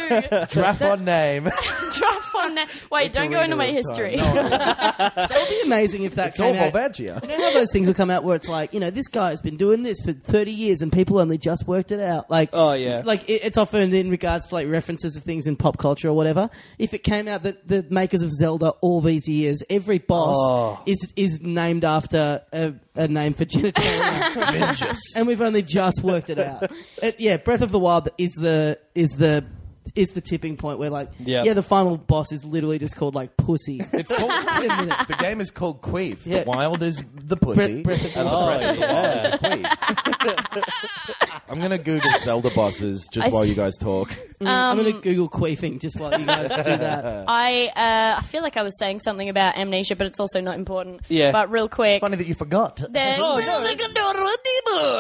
Draphon name.
Drop on that. Wait, don't go
Icarina
into my
of time.
history.
No,
It'd be amazing if that
it's all
came out.
Volvagia.
You know how those things will come out where it's like, you know, this guy's been doing this for 30 years and people only just worked it out. Like,
Oh, yeah.
Like, it, it's often in regards to like references of things in pop culture or whatever. If it came out that the makers of Zelda all these years, every boss
Oh.
is is named after a, a name for genitalia. and we've only just worked it out. It- yeah, Breath of the Wild is the, is the, is the tipping point where like,
Yeah.
yeah, the final boss is literally just called like pussy.
It's called, the game is called Queef.
Yeah.
The wild is the pussy.
Breath- Breath of the
and the
Wild.
Breath of the
Oh,
Wild is a Queef. I'm gonna Google Zelda bosses just
I
while
th-
you guys talk.
I'm going to Google queefing just while you guys do that.
I uh, I feel like I was saying something about amnesia, but it's also not important.
Yeah.
But real quick.
Funny that you forgot.
the-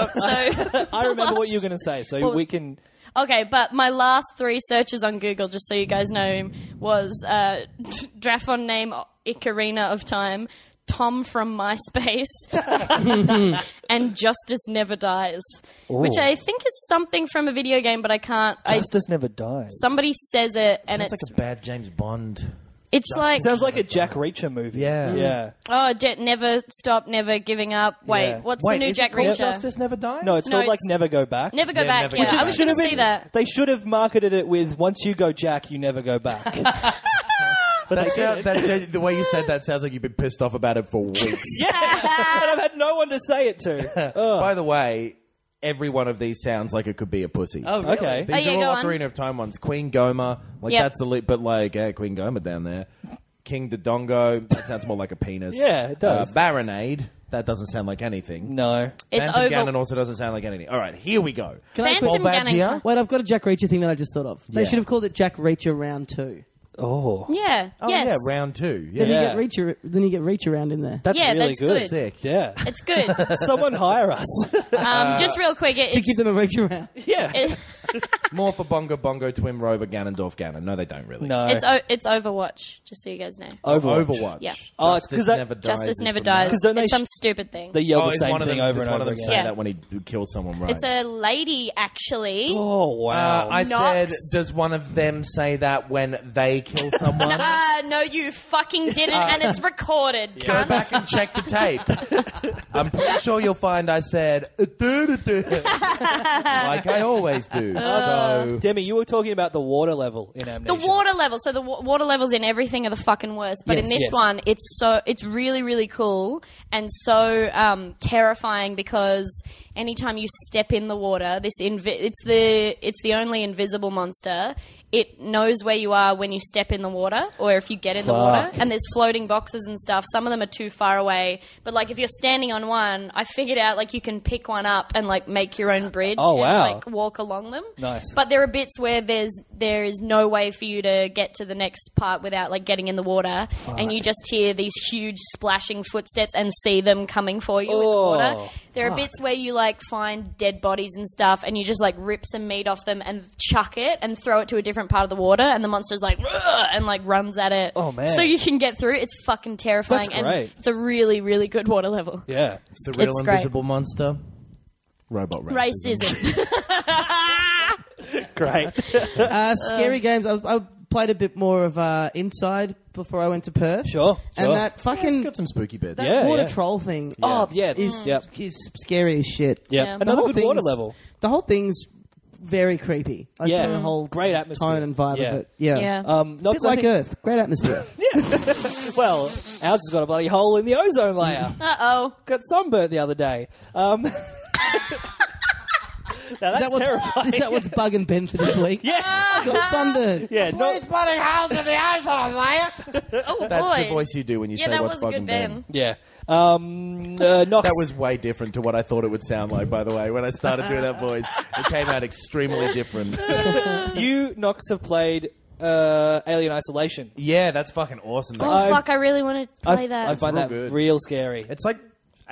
so
I remember what you were gonna say, so we can.
okay, but my last three searches on Google, just so you guys know, was uh, Draphon name Icarina of Time, Tom from MySpace, and Justice Never Dies, which
Ooh.
I think is something from a video game, but I can't. I,
Justice never dies.
somebody says it, and
Sounds
it's
like a bad James Bond.
it's like
sounds like a Jack Reacher movie.
Yeah.
yeah.
Oh, Jet never stop, never giving up. Wait,
Yeah.
what's
Wait,
the new
is it
Jack
called
Reacher?
Justice Never Dies.
No, it's
No,
called like
it's-
Never Go Back.
Never go
Yeah,
back.
Never Go
yeah,
Back.
I was
Should
going
have
to
been-
see that.
They should have marketed it with "Once you go Jack, you never go back." but
That
they did.
sound, that, the way you said that sounds like you've been pissed off about it for weeks.
Yes, and I've had no one to say it to.
By the way, every one of these sounds like it could be a pussy.
Oh, really?
Okay,
These
Oh, yeah,
are all
go on.
Ocarina of Time ones. Queen Goma, like
Yep.
that's the li- but like yeah, Queen Goma down there. King Dodongo, that sounds more like a penis.
Yeah, it does.
Uh, Baronade, that doesn't sound like anything.
no.
It's
Phantom
over.
Ganon also doesn't sound like anything. All right, here we go.
I
Phantom
put-
Ganon.
Volvagia?
Wait, I've got a Jack Reacher thing that I just thought of. They
Yeah.
should have called it Jack Reacher Round Two.
Oh,
Yeah.
Oh
yes.
yeah, round two.
Then
Yeah,
Yeah.
you get Reacher. Then you get Reach around in there.
that's
Yeah,
really
that's
good.
good.
sick.
Yeah,
It's good. Um,
someone hire us. Uh,
just real quick. It,
to
it's,
give them a Reach around.
yeah,
it-
More for Bongo Bongo Twin Rover Ganondorf Ganon. No, they don't really.
no.
it's o- it's Overwatch. Just so you guys know.
Overwatch.
Overwatch.
Yeah.
Oh, it's 'cause
Justice
that-
never dies.
Justice
is
never
the
dies.
most-
'Cause don't they
It's some
sh-
stupid thing.
They yell
Oh,
the
is
same
one of
thing
them-
over
does
and
one of
over
them
again.
say
Yeah.
that when he d- kills someone, right?
It's a lady, actually.
Oh wow!
Uh, I
Knox.
said, does one of them say that when they kill someone?
Ah, no, you fucking didn't, and it's recorded.
Go
cunt.
back and check the tape. I'm pretty sure you'll find I said, "Uh, "Du-du-du," like I always do.
Oh.
So,
Demi, you were talking about the water level in
The
Amnesia.
water level. So the wa- water levels in everything are the fucking worst. But
Yes,
in this
yes.
one, it's so it's really really cool and so um, terrifying because anytime you step in the water, this invi- it's the it's the only invisible monster. It knows where you are when you step in the water or if you get in the water.
Fuck.
And there's floating boxes and stuff. Some of them are too far away, but like if you're standing on one, I figured out like you can pick one up and like make your own bridge.
Oh,
and,
wow.
Like walk along them.
Nice.
But there are bits where there's there is no way for you to get to the next part without like getting in the water, and you just hear these huge splashing footsteps and see them coming for you in the
Oh,
water. There are bits where you like find dead bodies and stuff, and you just like rip some meat off them and chuck it and throw it to a different part of the water, and the monster's like "Rah!" and like runs at it.
Oh, man.
So you can get through. It's fucking terrifying,
That's
and
great.
it's a really really good water level.
Yeah.
the real
It's great.
invisible monster, robot racism.
Racism.
Great.
Uh, scary games. I, I played a bit more of uh, Inside before I went to Perth.
Sure,
And
sure.
that
It's
fucking
got some spooky bits.
that
Yeah,
water
yeah.
troll thing.
Oh yeah. Is, yep.
is scary as shit.
Yep.
Yeah.
Another
whole
good water
thing's-
level.
The whole thing's very creepy. Like,
Yeah.
The whole
Great atmosphere.
tone and vibe
Yeah.
of it. Yeah.
yeah.
Um, not
Bit
something-
like Earth. Great atmosphere.
Well, ours has got a bloody hole in the ozone layer.
uh oh.
got sunburnt the other day. Um, Now that's
is, that what's,
terrifying.
is that what's bugging Ben for this week?
yes.
I got sunburned.
Yeah. Not,
bloody house in the eyes on fire.
Oh
That's
boy.
the voice you do when you
yeah,
say
that
what's
was a good
bugging Ben.
Ben.
yeah. Um, uh, Knox.
That was way different to what I thought it would sound like, by the way. When I started doing that voice, it came out extremely different.
you, Knox, have played uh, Alien Isolation.
yeah, that's fucking awesome.
Oh
though.
I've-
fuck! I really want to play
I,
that.
I find that
real good.
real scary.
It's like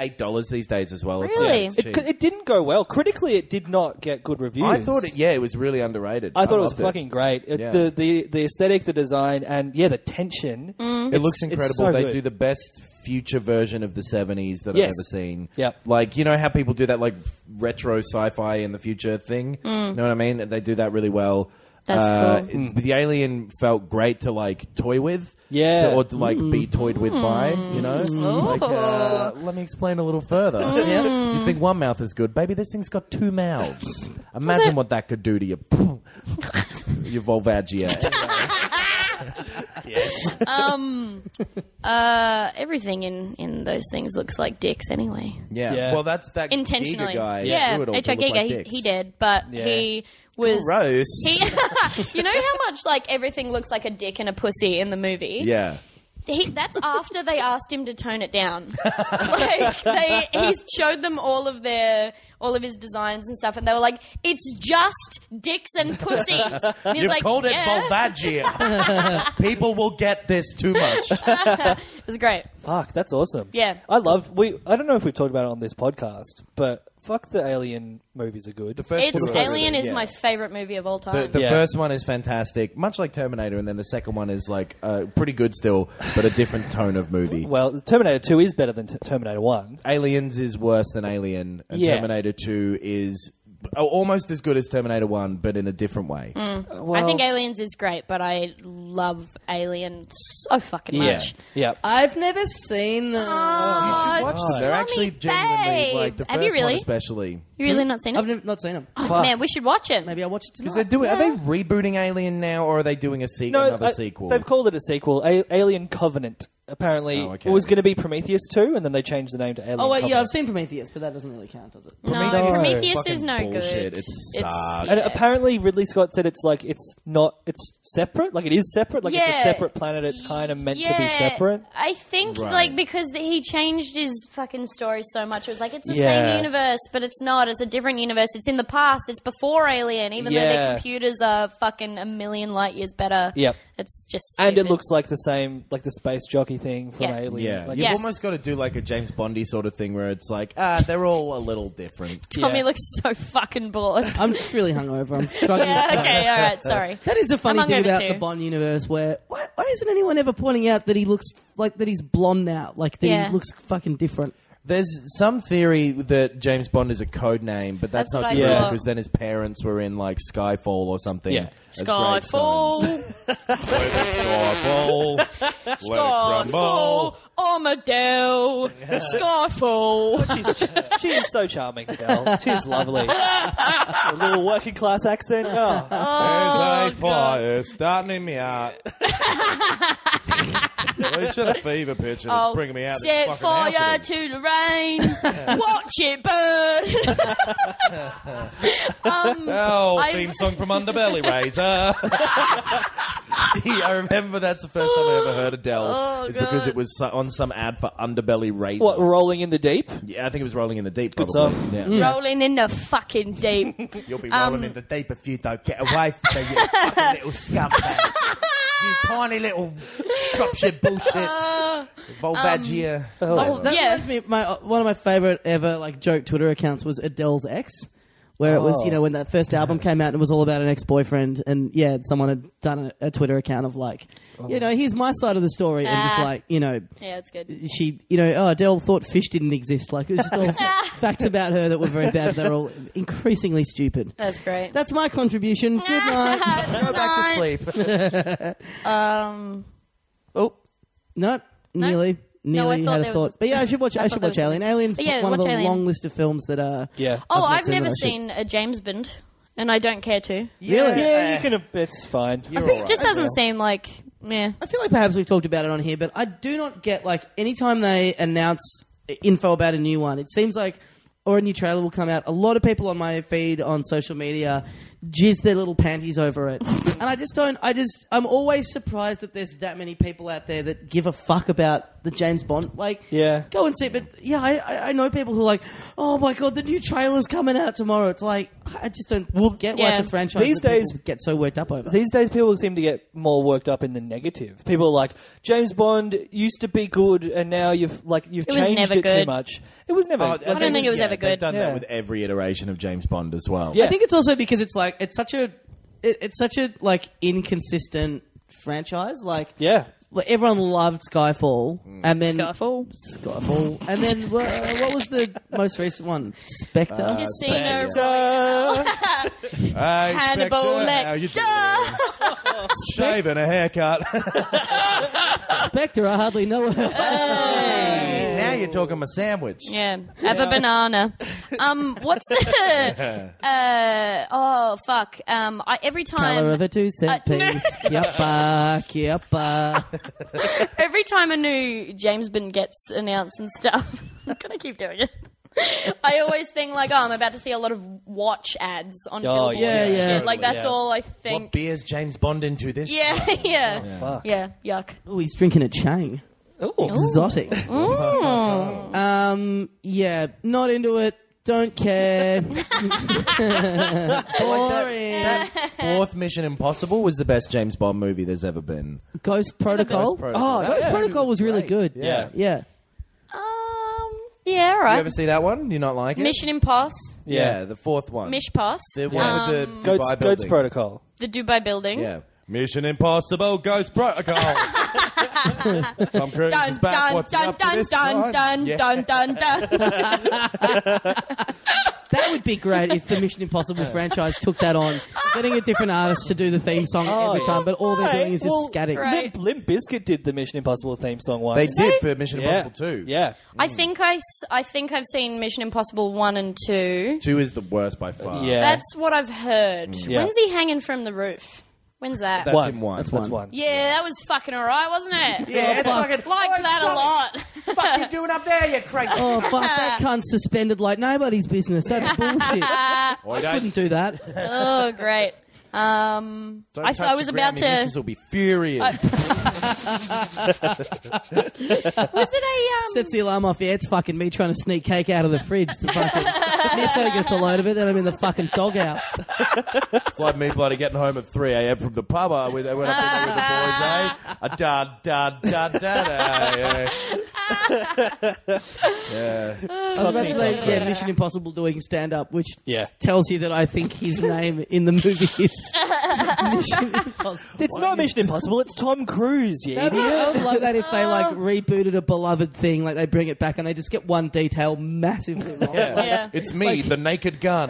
$8 these days as well.
Really?
It's,
It,
not cheap.
c- it didn't go well. Critically, it did not get good reviews.
I thought it, yeah, it was really underrated.
I thought it was
loved
fucking great. It-
Yeah.
the, the the aesthetic, the design, and yeah, the tension.
Mm.
It looks incredible.
so
they
good.
do the best future version of the 70s that
Yes.
I've ever seen.
Yep.
Like, you know how people do that, like, retro sci fi in the future thing?
Mm.
You know what I mean? They do that really well.
That's
Uh,
cool.
it- The alien felt great to, like, toy with.
Yeah. Mm.
To- or to, like, be toyed with by, you know? Like,
Oh.
uh, let me explain a little further.
Mm.
You think one mouth is good. Baby, this thing's got two mouths. Imagine what that could do to your, your vulvagia.
uh, everything in in those things looks like dicks anyway.
Yeah.
Yeah.
Well, that's that
Intentionally,
Giga guy.
yeah.
Who it all
H.R.
looked
Giga,
like
he,
dicks.
he did, but
Yeah.
he was
Gross.
He, you know how much like everything looks like a dick and a pussy in the movie.
yeah.
He, that's after they asked him to tone it down. like they, he showed them all of their all of his designs and stuff, and they were like, "It's just dicks and pussies." And he's
You've
like,
called it
"Yeah."
Volvagia. People will get this too much.
It was great.
Fuck, that's awesome.
Yeah.
I love. We I don't know if we've talked about it on this podcast, but fuck the Alien movies are good.
The first
It's
two are
Alien
awesome,
is
yeah.
my favorite movie of all
The,
time.
the
Yeah.
first one is fantastic, much like Terminator, and then the second one is like uh, pretty good still, but a different tone of movie.
well, Terminator Two is better than T- Terminator One.
Aliens is worse than Alien, and
Yeah.
Terminator Two is oh, almost as good as Terminator One, but in a different way.
Mm.
Well,
I think Aliens is great, but I love Alien so fucking
yeah,
much.
yeah.
I've never seen them.
Oh,
Watch them. They're
Mummy
actually
Babe.
genuinely like the first
Have you
one,
really?
especially.
You really not seen it?
I've never, not seen them.
Fuck.
Man, we should watch it.
Maybe I'll watch it
Because they're
tonight.
doing. Are they rebooting Alien now, or are they doing a se- another
I-
sequel?
They've called it a sequel, a- Alien Covenant. Apparently,
Oh, okay.
it was going to be Prometheus Two, and then they changed the name to Alien.
Oh, wait,
Covenant.
yeah, I've seen Prometheus, but that doesn't really count, does it?
no,
No.
Prometheus
Fucking
is no
bullshit.
good.
It
It's-
sucks.
And apparently, Ridley Scott said it's like it's not. It's separate. Like it is separate. Like it's a
Yeah.
separate planet. It's kind of meant to
Yeah,
be separate.
I think
Right.
like because the, he changed his fucking story so much, it was like it's the
Yeah.
same universe, but it's not. It's a different universe. It's in the past. It's before Alien, even though
Yeah.
their computers are fucking a million light years better.
Yep.
it's just
And it
stupid.
looks like the same, like the space jockey thing from
Yeah.
Alien.
Yeah,
Like,
you've
Yes.
almost got to do like a James Bondy sort of thing where it's like, ah, they're all a little different.
Tommy
yeah.
looks so fucking bored.
I'm just really hungover. I'm struggling.
yeah, okay, all right, sorry.
That is a funny
I'm
thing
hungover
about
too.
the Bond universe where why, why isn't anyone ever pointing out that he looks like that he's blonde now? Like that
Yeah.
he looks fucking different.
There's some theory that James Bond is a code name, but that's,
That's what
not
I
true
thought.
because then his parents were in like Skyfall or something.
Yeah.
as gravestones.
Skyfall,
Skyfall.
Skyfall, Armadale, Skyfall.
She's, she is so charming, Val. She's lovely. a little working class accent. Oh.
There's a fire starting in me out. it's just a fever pitch and
Oh, Set fire to the rain. Watch it burn.
Oh,
I've-
theme song from Underbelly Razor. See, I remember that's the first time I ever heard Adele.
Oh,
is because
God.
it was so- on some ad for Underbelly Razor.
What, rolling in the deep?
Yeah, I think it was Rolling in the Deep.
Good
probably.
song. Mm.
Yeah.
Rolling in the fucking deep.
You'll be rolling
um,
in the deep if you don't get away from me, you fucking little scumbag. you tiny little Shropshire bullshit.
Uh, um,
Volvagia.
Oh, that
Yeah.
reminds me. My uh, one of my favorite ever like joke Twitter accounts was Adele's ex, where it was you know when that first album came out and it was all about an ex boyfriend, and yeah, someone had done a, a Twitter account of like, you know, here's my side of the story, and just
Ah.
like you know,
Yeah, it's good.
she you know, oh Adele thought fish didn't exist. Like it was just all facts about her that were very bad. They're all increasingly stupid.
That's great.
That's my contribution. Good night.
Go back to sleep.
Um,
Oh, no, nearly.
No, I
Nearly
thought
had
there
a
was
thought,
a-
but yeah, I should watch. I, should
thought there
watch
was a-
Alien. Aliens,
But yeah,
one of
watch
the
Alien.
long list of films that uh, are
Yeah.
oh,
not
I've
seen
never
that shit.
seen a James Bond, and I don't care to.
Really? Yeah, you can. It's fine.
You're all right.
Just doesn't seem like yeah.
I feel like perhaps we've talked about it on here, but I do not get like anytime they announce info about a new one, it seems like or a new trailer will come out. A lot of people on my feed on social media jizz their little panties over it. and I just don't, I just, I'm always surprised that there's that many people out there that give a fuck about the James Bond. Like,
Yeah.
go and see it. But yeah, I, I, I know people who are like, oh my God, the new trailer's coming out tomorrow. It's like, I just don't get why
yeah.
it's a franchise
These
that people
days-
get so worked up over.
These days, people seem to get more worked up in the negative. People are like James Bond used to be good, and now you've like you've
was
changed
never
it too
good.
much. It was
Oh,
never. good.
don't think it was ever
They've
good.
done
Yeah.
that with every iteration of James Bond as well.
Yeah.
I think it's also because it's like it's such a it, it's such a like inconsistent franchise. Like
yeah.
like, everyone loved Skyfall, and then
Skyfall.
Skyfall, and then wha- uh, what was the most recent one? Uh, Spectre.
Casino.
I
Hannibal
expect, uh, how you
Lecter.
doing? Shave and a haircut.
Spectre. I hardly know her.
now you're talking my sandwich.
Yeah, have a banana. Um, what's the? Uh, oh fuck! Um, I, every time,
Color of a two cent
Uh, no.
piece. Kippa, kippa.
every time a new James Bond gets announced and stuff, I'm gonna keep doing it. I always think like, oh, I'm about to see a lot of watch ads on
Oh,
billboards.
yeah,
and
yeah.
shit. Like that's
Yeah.
all I
What
think.
beers James Bond into this?
Yeah, yeah,
Fuck.
yeah. Yuck.
Oh, he's drinking a Chang. Oh.
Ooh.
Exotic.
Oh,
um, yeah, not into it. Don't care. Boring.
Fourth Mission Impossible was the best James Bond movie there's ever been.
Ghost Protocol.
Ghost Protocol.
Oh,
That
Ghost
movie
Protocol was really good.
great. Yeah.
Yeah.
Um, yeah, all
You
right.
ever see that one? You not like it?
Mission Impos,
Yeah, the fourth one.
Mish Um, Pass,
The one with the Dubai
Goats, Goats
building.
Protocol.
the Dubai building.
Yeah. Mission Impossible Ghost Protocol. Tom Cruise
Dun
is back.
dun
What's it
dun
up to
dun
this
dun
time?
dun
Yeah.
dun dun dun.
That would be great if the Mission Impossible franchise took that on, getting a different artist to do the theme song every
yeah.
time, but all they're doing is just
Oh, Well,
scatting.
right.
Limp, Limp Bizkit did the Mission Impossible theme song
They
once.
did for Mission
yeah.
Impossible 2.
Yeah.
I think I, s- I think I've seen Mission Impossible one and two.
2 is the worst by far.
Yeah.
That's what I've heard.
Yeah.
When's he hanging from the roof? When's that?
That's in one.
That's
That's
one.
one.
yeah, that was fucking alright, wasn't it?
Yeah, it's fucking.
Liked
Oh,
that
Tommy,
a lot.
What you doing up there, you cranky?
Oh, fuck, that cunt's suspended like nobody's business. That's bullshit.
Well,
I
don't,
couldn't do that.
oh, great. Um,
don't
I,
touch
I was
the
about
ground, your missus
to.
will be furious.
Was it a? Um,
Sets the alarm off. Yeah, it's fucking me trying to sneak cake out of the fridge. The fucking Miso gets a load of it, then I'm in the fucking doghouse.
It's like me bloody getting home at 3 a.m. from the pub. I went, I went up there with the boys, eh? A da da da da da. Yeah. yeah.
I was about to say, yeah, Mission Impossible doing stand up, which
Yeah.
tells you that I think his name in the movie is Mission Impossible.
It's not Mission Impossible. It's Tom Cruise. You
I
idiot.
mean, I would love that if they like rebooted a beloved thing, like they bring it back and they just get one detail massively wrong. Like,
yeah.
It's me, the naked gun.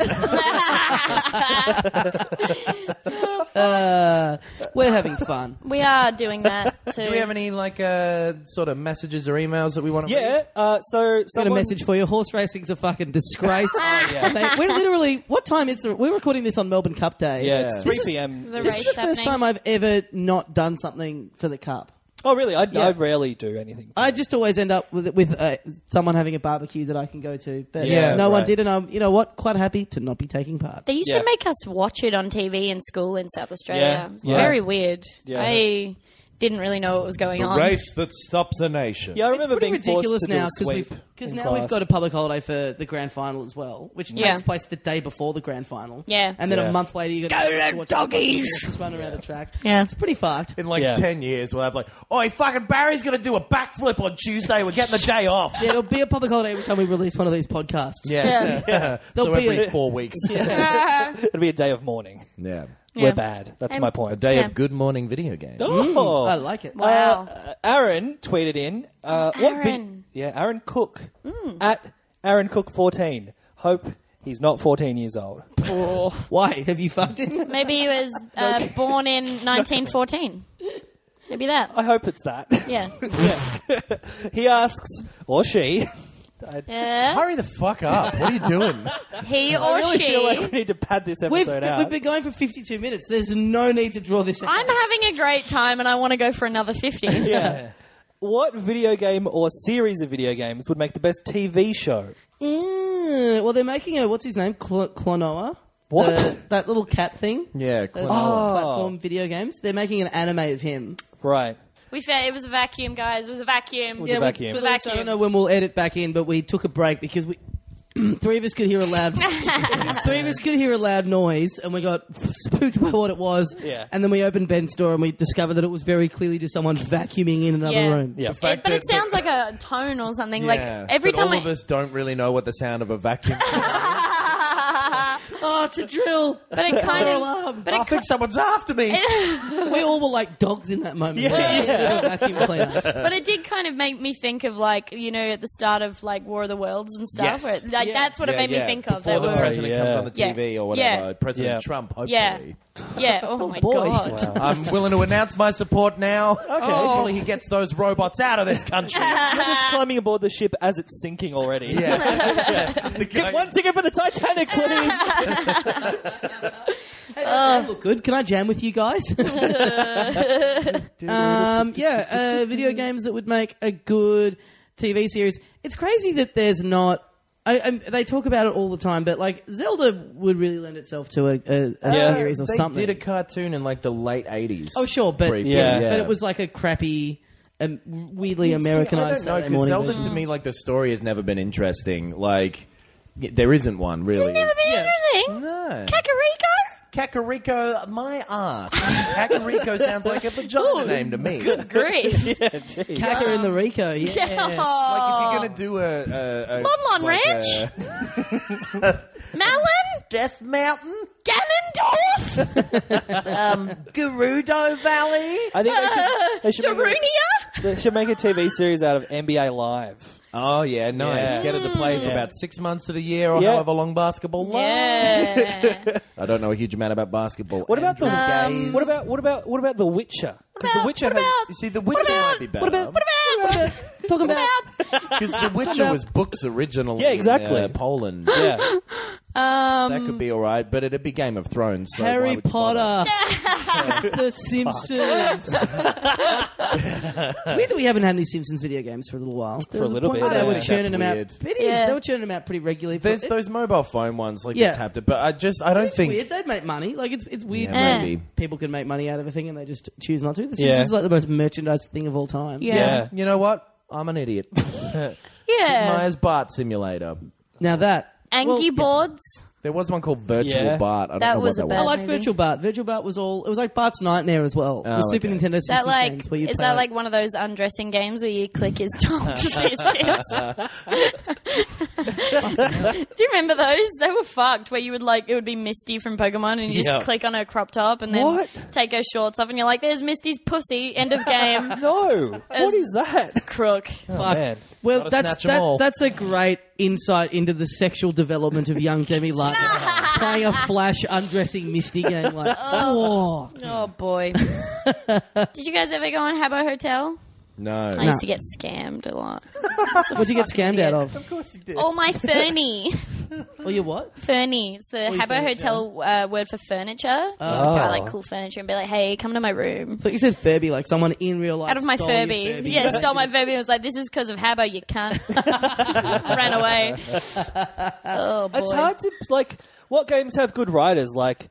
uh, we're having fun.
We are doing that too.
Do we have any like uh, sort of messages or emails that we want to?
Yeah. Uh, so
Got a
someone.
message for you. Horse racing's a fucking disgrace. They- we're literally. What time is the? We're recording this on Melbourne Cup Day.
Yeah, it's
Yeah.
three p.m.
the
This is
race
the first time
happening?
I've ever not done something for the cup.
Oh, really? I, I rarely do anything.
I just always end up with with uh, someone having a barbecue that I can go to, but
Yeah,
no one
right.
did, and I'm you know what, quite happy to not be taking part.
They used
Yeah.
to make us watch it on TV in school in South Australia.
Yeah,
It was
yeah.
very weird.
Yeah.
I didn't really know what was going on.
that stops a nation.
yeah, I
It's
remember
pretty
being
ridiculous
forced to
now
do a
we've
sweep
because
in
now
class.
we've got a public holiday for the grand final as well, which takes
Yeah.
place the day before the grand final.
Yeah.
and then
Yeah.
a month later you got
Go
to watch
doggies!
the horses run around a track.
Yeah.
it's pretty fucked.
In like
Yeah.
ten years, we'll have like, oh, fucking Barry's gonna do a backflip on Tuesday. We're getting the day off.
Yeah, it'll be a public holiday every time we release one of these podcasts.
Yeah, yeah. So
There'll be
every
a-
four weeks.
It'll be a day of mourning.
Yeah,
We're bad. That's my
a
point.
day
Yeah.
of good morning video games.
Oh,
Mm, I like it.
Wow.
Uh, Aaron tweeted in. Uh,
Oh,
What
Aaron.
vid- yeah, Aaron Cook
Mm.
at Aaron Cook fourteen. Hope he's not fourteen years old.
Why have you fucked it?
Maybe he was uh, born in 1914. Maybe that.
I hope it's that.
Yeah.
he asks or she.
Yeah.
Hurry the fuck up! What are you doing?
He or
I really
she.
feel like we need to pad this
We've,
episode out.
we've been going for 52 minutes. There's no need to draw this out.
I'm having a great time and I want to go for another 50.
yeah. What video game or series of video games would make the best TV show?
Mm, well, they're making a what's his name, Cl- Clonoa.
What? Oh.
The- that little cat thing.
Yeah,
Those
Klonoa.
platform video games. They're making an anime of him.
Right.
We found it was a vacuum, guys. It was a vacuum.
was a Yeah, we- vacuum.
It was a
Lewis, I don't
vacuum.
know when we'll edit back in, but we took a break because we. Three of us could hear a loud. three of us could hear a loud noise, and we got spooked by what it was.
Yeah.
And then we opened Ben's door, and we discovered that it was very clearly just someone vacuuming in another
Yeah.
room.
Yeah.
It- but it sounds like a tone or something. Like
Yeah.
every
but
time
all
I,
of us don't really know what the sound of a vacuum.
Oh, it's a drill.
but it kind
Another
of,
alarm. Oh,
but
I
it, ki-
think someone's after me.
we all were like dogs in that moment.
Yeah.
yeah. Vacuum cleaner.
but it did kind of make me think of like you know at the start of like War of the Worlds and stuff.
Yes.
Where it- like
Yeah.
that's what it
Yeah,
made
yeah.
me think of.
Before
They
the
were-
president
Yeah.
comes on the TV or
Yeah.
whatever, President
Yeah.
Trump, hopefully.
yeah, yeah. Oh, my
boy.
god.
I'm willing to announce my support now. Okay. Hopefully he gets those robots out of this country.
You're just climbing aboard the ship as it's sinking already.
yeah. The guy-
Get one ticket for the Titanic, please.
They look good. Can I jam with you guys? um, yeah, uh, video games that would make a good TV series. It's crazy that there's not. I, I, they talk about it all the time, but like Zelda would really lend itself to a, a, a series or
they
something.
did a cartoon in like the late 80s.
oh, sure, but
Briefly,
Yeah.
but it was like a crappy, um, weirdly Americanized
See, I don't
Saturday
know, 'cause
morning.
Zelda
version.
to me, like the story has never been interesting. Like y- there isn't one really.
Never been
Yeah.
anything.
no.
Kakariko.
Kakariko, my ass. Kakariko sounds like a vagina name to me. Like
Grief.
Kaka and the Rico, yeah.
if you're
Oh.
gonna do a, a, a
Modlon
like
Ranch?
a-
Malin.
Death Mountain,
Ganondorf.
Gerudo Valley.
I think they should, they, should make
Uh, Darunia.
a, they should make a TV series out of NBA Live.
oh yeah, nice.
Yeah.
Get it to play for about six months of the year or
Yeah.
however long basketball lasts.
Yeah.
I don't know a huge amount about basketball.
What about the
Andrew Gaze.
what about what about what about The Witcher? Because The
about-
Witcher
what
has
about-
You see, The Witcher might be better.
What about what
What about?
about talking about?
Because The Witcher was books originally.
Yeah, exactly.
In, uh, Poland.
yeah.
That could be all right, but it'd be Game of Thrones. So why
Harry
would you bother?
Potter, The Simpsons. it's weird that we haven't had any Simpsons video games for a little while.
For
There
a
was
little
point
bit,
where they
yeah.
were churning
That's
them out.
weird.
But it is,
Yeah.
they were churning them out pretty regularly.
There's
It-
those mobile phone ones, like
Yeah.
you tapped it, but I just I don't
it's
think
weird. They'd make money. Like it's it's weird.
Yeah,
that
maybe.
People can make money out of a thing and they just choose not to. The
Yeah.
Simpsons is like the most merchandised thing of all time.
Yeah.
Yeah.
You know what? I'm an idiot.
Yeah.
Myers Bart Simulator.
Now that
Angie boards.
There was one called Virtual
Yeah.
Bart. I don't
That
know
was
what
a
that
bad-
I like
Maybe.
Virtual Bart. Virtual Bart was all. It was like Bart's Nightmare as well.
Oh,
the Super
okay.
Nintendo
Is that
Simpsons
like
games where you
is
play
that like one of those undressing games where you click his top to see his tits? Do you remember those? They were fucked. Where you would like it would be Misty from Pokemon, and you just
Yeah.
click on her crop top and then
What?
take her shorts off, and you're like, "There's Misty's pussy." End of game.
No. What is that?
Crook.
Fuck.
man.
Well,
Gotta
that's
snatch 'em all.
that, that's a great insight into the sexual development of young Demi Lightner playing a flash undressing Misty game. Like, whoa.
Oh
Hmm.
boy. Did you guys ever go on Habbo Hotel?
No.
I used to get scammed a lot.
what'd you get scammed out of?
All my Fernie.
Oh, you what?
Fernie. It's the
Oh,
you
Habbo
furniture?
Hotel uh, word for furniture. I used to buy
Oh.
like cool furniture and be like, hey, come to my room.
But you said Furby, like someone in real life.
Out of my
stole your
Furby. Yeah, stole my Furby and was like, this is because of Habbo, you cunt. Ran away. Oh, boy.
It's hard to like what games have good writers like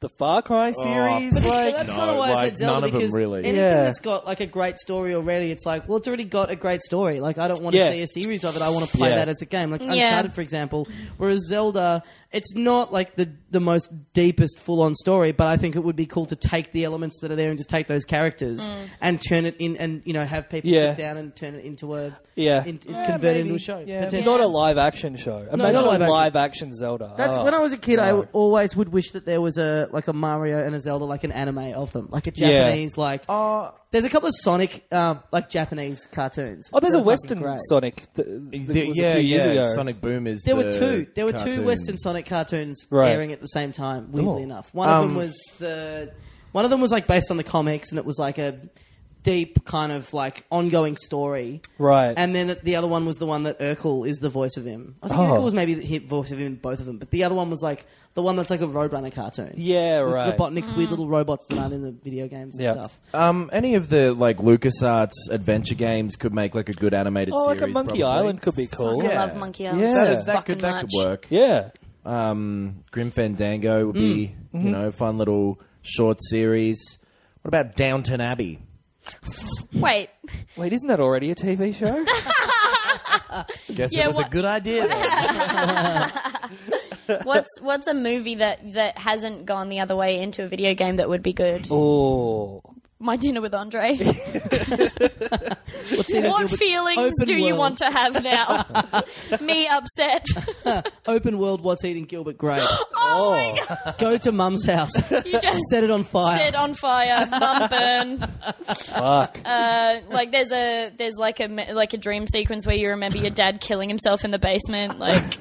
the Far Cry
Oh.
series
Well,
like
that's
No,
kind of why I
like,
said Zelda
none of them
because
really.
anything
Yeah.
that's got like a great story already, it's like, well, it's already got a great story. Like, I don't want to
Yeah.
see a series of it. I want to play
Yeah.
that as a game, like
Yeah.
Uncharted, for example. Whereas Zelda, it's not like the the most deepest full on story, but I think it would be cool to take the elements that are there and just take those characters and turn it in, and you know, have people
Yeah.
sit down and turn it into a
Yeah.
in, convert it into a show.
Yeah,
potentially.
not a live action show. Imagine
not live
a
action.
live action Zelda.
That's
Oh.
when I was a kid. I w- always would wish that there was a like a Mario and a Zelda, like an anime of them, like a
Yeah.
Japanese like. there's a couple of Sonic, um, like Japanese cartoons.
Oh, there's
They're
a
fucking
Western
great.
Sonic. Th- th-
The-
that was
yeah,
a few years
yeah,
ago.
Sonic Boom is.
There were
the
two. There were two
cartoon.
Western Sonic cartoons
Right. Oh.
airing at the same time. Weirdly enough, one of them was the one of them was like based on the comics, and it was like a deep kind of like ongoing story.
Right.
And then the other one was the one that Urkel is the voice of him. I think
Oh.
Urkel was maybe the hit voice of him in both of them, but the other one was like the one that's like a Roadrunner cartoon.
Yeah,
With
right.
Robotnik's
Mm.
weird little robots that aren't in the video games and
Yeah.
stuff.
Um, any of the like LucasArts adventure games could make like a good animated
oh, like
series.
a Monkey
probably.
Island could be cool.
I
Yeah.
love Monkey Island.
Yeah.
so
That, that
fucking
could, that could
much.
work.
Yeah.
Um, Grim Fandango would be you know fun little short series. What about Downton Abbey?
Wait,
Wait, isn't that already a TV show?
Guess
Yeah,
it was
what-
a good idea.
what's what's a movie that that hasn't gone the other way into a video game that would be good?
oh.
My dinner with Andre.
What's in it?
what feelings
open
do you
world.
want to have now? Me upset.
Open world, what's eating Gilbert Grape?
Oh,
Go to mum's house.
you just
Set it on fire.
set on fire, mum burn.
Fuck.
Uh, like there's a there's like a me- like a dream sequence where you remember your dad killing himself in the basement. Like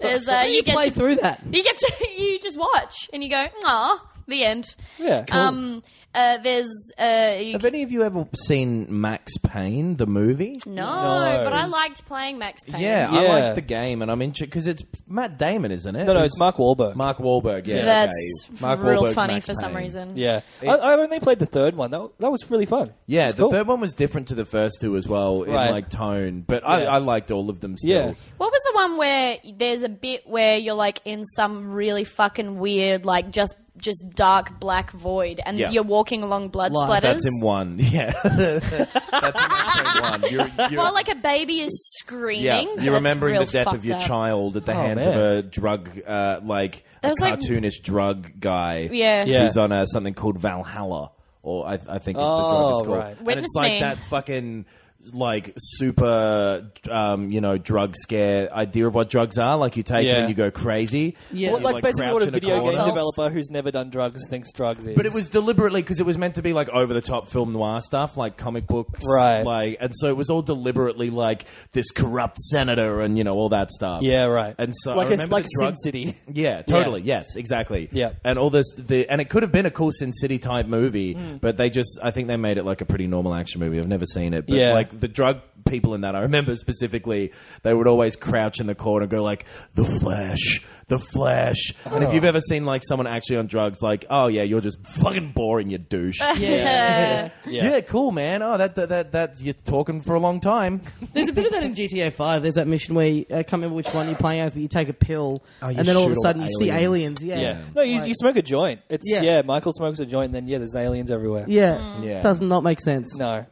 there's uh, you,
you
get
play
to,
through that.
you get to you just watch and you go ah the end.
Yeah.
Um, uh, there's uh, you
Have any of you ever seen Max Payne the movie?
No,
No.
but I liked playing Max Payne.
Yeah, I
Yeah.
like the game, and I'm interested because it's Matt Damon, isn't it?
no, no, it's Mark Wahlberg.
Mark Wahlberg. Yeah,
That's
okay. Mark
real
Wahlberg's
funny
Max
for some
Payne.
reason.
yeah. I, I only played the third one. That, w- that was really fun.
Yeah,
It's
the
cool.
third one was different to the first two as well in
Right.
like tone, but I,
Yeah.
I liked all of them still.
Yeah.
What was the one where there's a bit where you're like in some really fucking weird, like just just dark black void, and
Yeah.
you're walking along blood
Lies.
splatters?
That's in one. Yeah, that's in Max Payne one. You're, you're,
Well, like a baby is screaming.
yeah,
but
you're
it's
remembering
real
the death
fucked
of your
up.
child at the hands
Oh, man.
of a drug, uh, like a
That was like-
cartoonish drug guy.
Yeah.
Yeah.
who's on uh, something called Valhalla, or I, I think
Oh,
the drug is called.
right.
And
Witness
it's like
me.
that fucking like super, um, you know, drug scare idea of what drugs are. Like you take it
Yeah.
and you go crazy.
Yeah.
You,
Well, like, basically what a
crouch in a
video
corner.
game
Assault.
developer who's never done drugs thinks drugs is.
But it was deliberately because it was meant to be like over the top film noir stuff, like comic books,
Right.
Like, and so it was all deliberately like this corrupt senator and you know all that stuff.
Yeah, right.
And so I
like it's
remember
like
the
Sin
drug-
City.
Yeah, totally. Yes, exactly.
Yeah.
and all this, the, and it could have been a cool Sin City type movie,
Hmm.
but they just, I think they made it like a pretty normal action movie. I've never seen it, but
Yeah.
like the drug people in that, I remember specifically, they would always crouch in the corner, and go like, "The Flash, The Flash," and if you've
Oh.
ever seen like someone actually on drugs, like, "Oh yeah, you're just fucking boring, you douche." yeah.
Yeah.
cool, man. Oh, that that that that's you're talking for a long time.
There's a bit of that in GTA Five. There's that mission where you, I can't remember which one you're playing as, but you take a pill,
Oh, you
and then all of a
shoot all
sudden
the
you see aliens.
aliens.
Yeah,
Yeah. No, you, you smoke a joint. It's
Yeah.
yeah. Michael smokes a joint, and then yeah, there's aliens everywhere.
yeah.
Mm.
Yeah.
Does not make sense.
No.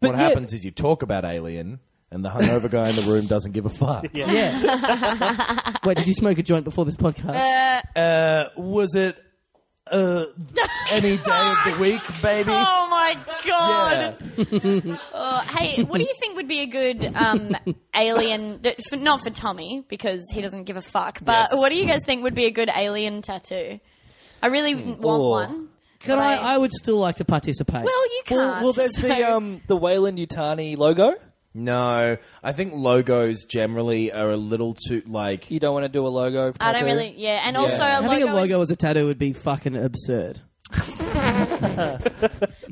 But
what
yeah-
happens is you talk about Alien, and the hungover guy in the room doesn't give a fuck.
Yeah. Wait, did you smoke a joint before this podcast?
Uh, was it uh, any day of the week, baby?
Oh my god!
Yeah.
Oh, Hey, what do you think would be a good um, alien? For, not for Tommy because he doesn't give a fuck. But
Yes.
what do you guys think would be a good alien tattoo? I really
Hmm.
want
Oh.
one.
Can I, I would still like to participate.
Well, you can't.
Well, well, there's the
so-
um the Wayland Utani logo.
No, I think logos generally are a little too like.
You don't want to do a logo.
I don't
tattoo.
really. Yeah, and also a
Having
logo.
a logo as a tattoo would be fucking absurd.
is-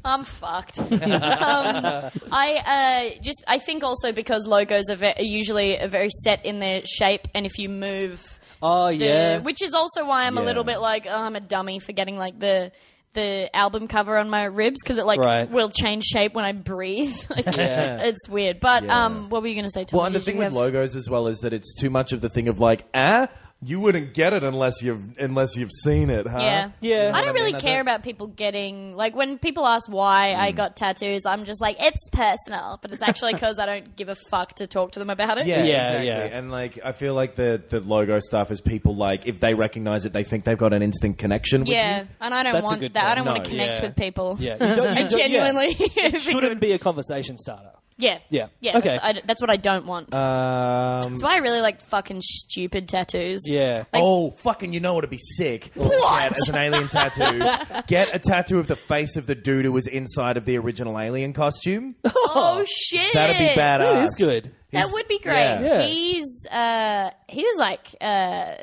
I'm fucked. um, I uh, just. I think also because logos are, ve- are usually are very set in their shape, and if you move,
Oh
the-
yeah.
which is also why I'm a
Yeah.
little bit like oh, I'm a dummy for getting like the. The album cover on my ribs because it like
Right.
will change shape when I breathe. Like, It's weird, but um, what were you going to say? Tommy?
Well, and the
Did
thing
you have-
with logos as well is that it's too much of the thing of like, ah, you wouldn't get it unless you've unless you've seen it, huh?
Yeah.
Yeah.
I don't really
I
care
don't-
about people getting like when people ask why
Mm.
I got tattoos, I'm just like it's personal, but it's actually cuz I don't give a fuck to talk to them about it.
Yeah,
Yeah,
exactly.
yeah.
And like, I feel like the the logo stuff is people like if they recognize it, they think they've got an instant connection. With
Yeah,
you.
and I don't
That's a
want that.
good
I
point.
don't want
No,
to connect
yeah.
with people.
yeah. You don't, you
I
don't- yeah.
genuinely
It shouldn't be a conversation starter.
Yeah.
Yeah.
Yeah.
Okay.
That's, I d that's what I don't want.
Um,
that's why I really like fucking stupid tattoos.
Yeah.
Like-
oh, fucking, you know what'd be sick? What? As an alien tattoo. Get a tattoo of the face of the dude who was inside of the original alien costume.
Oh shit.
That'd be badass.
That is good.
That
He's-
would be great.
yeah.
Yeah.
He's uh he was like uh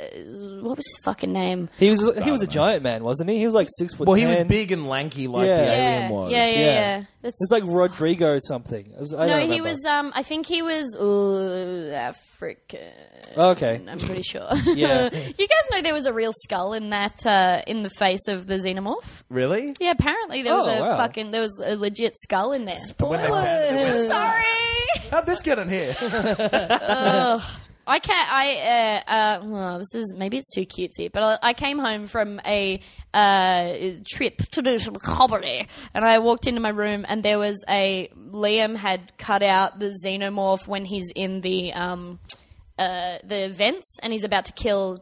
what was his fucking name?
He was he was a giant man, wasn't he? He was like six foot.
Well, he was
10.
big and lanky like
Yeah.
the
yeah.
alien was.
Yeah, yeah, yeah.
Yeah.
That's,
It's like Rodrigo something. I was- I
no,
don't
he
remember.
was. Um, I think he was ooh, African. um,
Okay.
I'm pretty sure.
Yeah.
you guys know there was a real skull in that uh, in the face of the xenomorph.
Really?
Yeah, apparently there was
Oh,
a
wow.
fucking there was a legit skull in there.
When they found it,
Sorry,
How'd this get in here?
I can't. I uh, uh, well, this is maybe it's too cutesy, but I, I came home from a uh, trip to do some comedy, and I walked into my room, and there was a Liam had cut out the xenomorph when he's in the um, uh, the vents, and he's about to kill.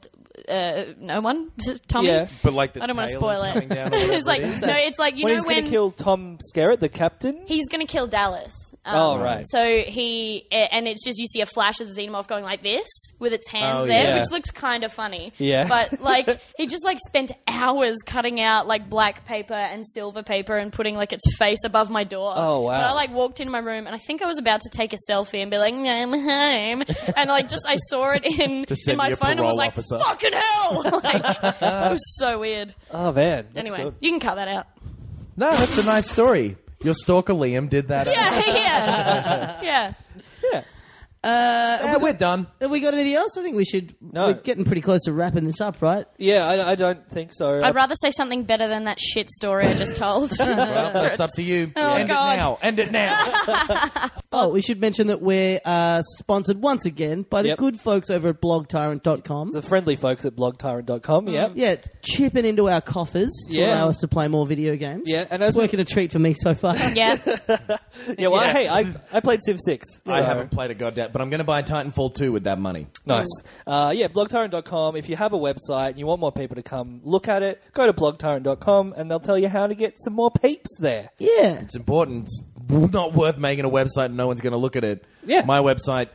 Uh, no one, Tommy.
Yeah.
But like the
I don't want to
tail
spoil
is
it.
coming down or
it's
whatever
like
it is.
no, it's like you
when
know
he's
when
going to kill Tom Skerritt, the captain.
he's going to kill Dallas. Um,
Oh, right.
So he eh, and it's just you see a flash of the xenomorph going like this with its hands
Oh,
there,
yeah.
which looks kind of funny.
Yeah.
But like he just like spent hours cutting out like black paper and silver paper and putting like its face above my door.
Oh, wow.
But I like walked into my room and I think I was about to take a selfie and be like I'm home, and like just I saw it in
Just
in
send
my
me a
phone and was
parole
like
officer.
fucking hell. like, it was so weird.
Oh man. That's
Anyway,
good.
you can cut that out.
No, that's a nice story. Your stalker Liam did that.
Yeah, yeah, yeah.
Uh, we're done.
Have we got anything else? I think we should.
No.
We're getting pretty close to wrapping this up, right?
Yeah, I, I don't think so.
I'd rather say something better than that shit story I just told.
Well, that's up to you. End
God.
it now. End it now.
Oh, we should mention that we're uh, sponsored once again by the
Yep.
good folks over at blogtyrant.com.
the friendly folks at blogtyrant.com. Yeah.
Mm.
Yeah, chipping into our coffers to
Yeah.
allow us to play more video games.
Yeah, and
it's
as we-
working a treat for me so far.
yeah.
Yeah, well, hey, I, I played Civ 6.
I
so-
haven't played a goddamn, but I'm going to buy Titanfall 2 with that money.
Nice. Uh, yeah, blogtyrant.com. If you have a website and you want more people to come look at it, go to blogtyrant.com and they'll tell you how to get some more peeps there.
yeah.
It's important. It's not worth making a website and no one's going to look at it.
Yeah.
My website,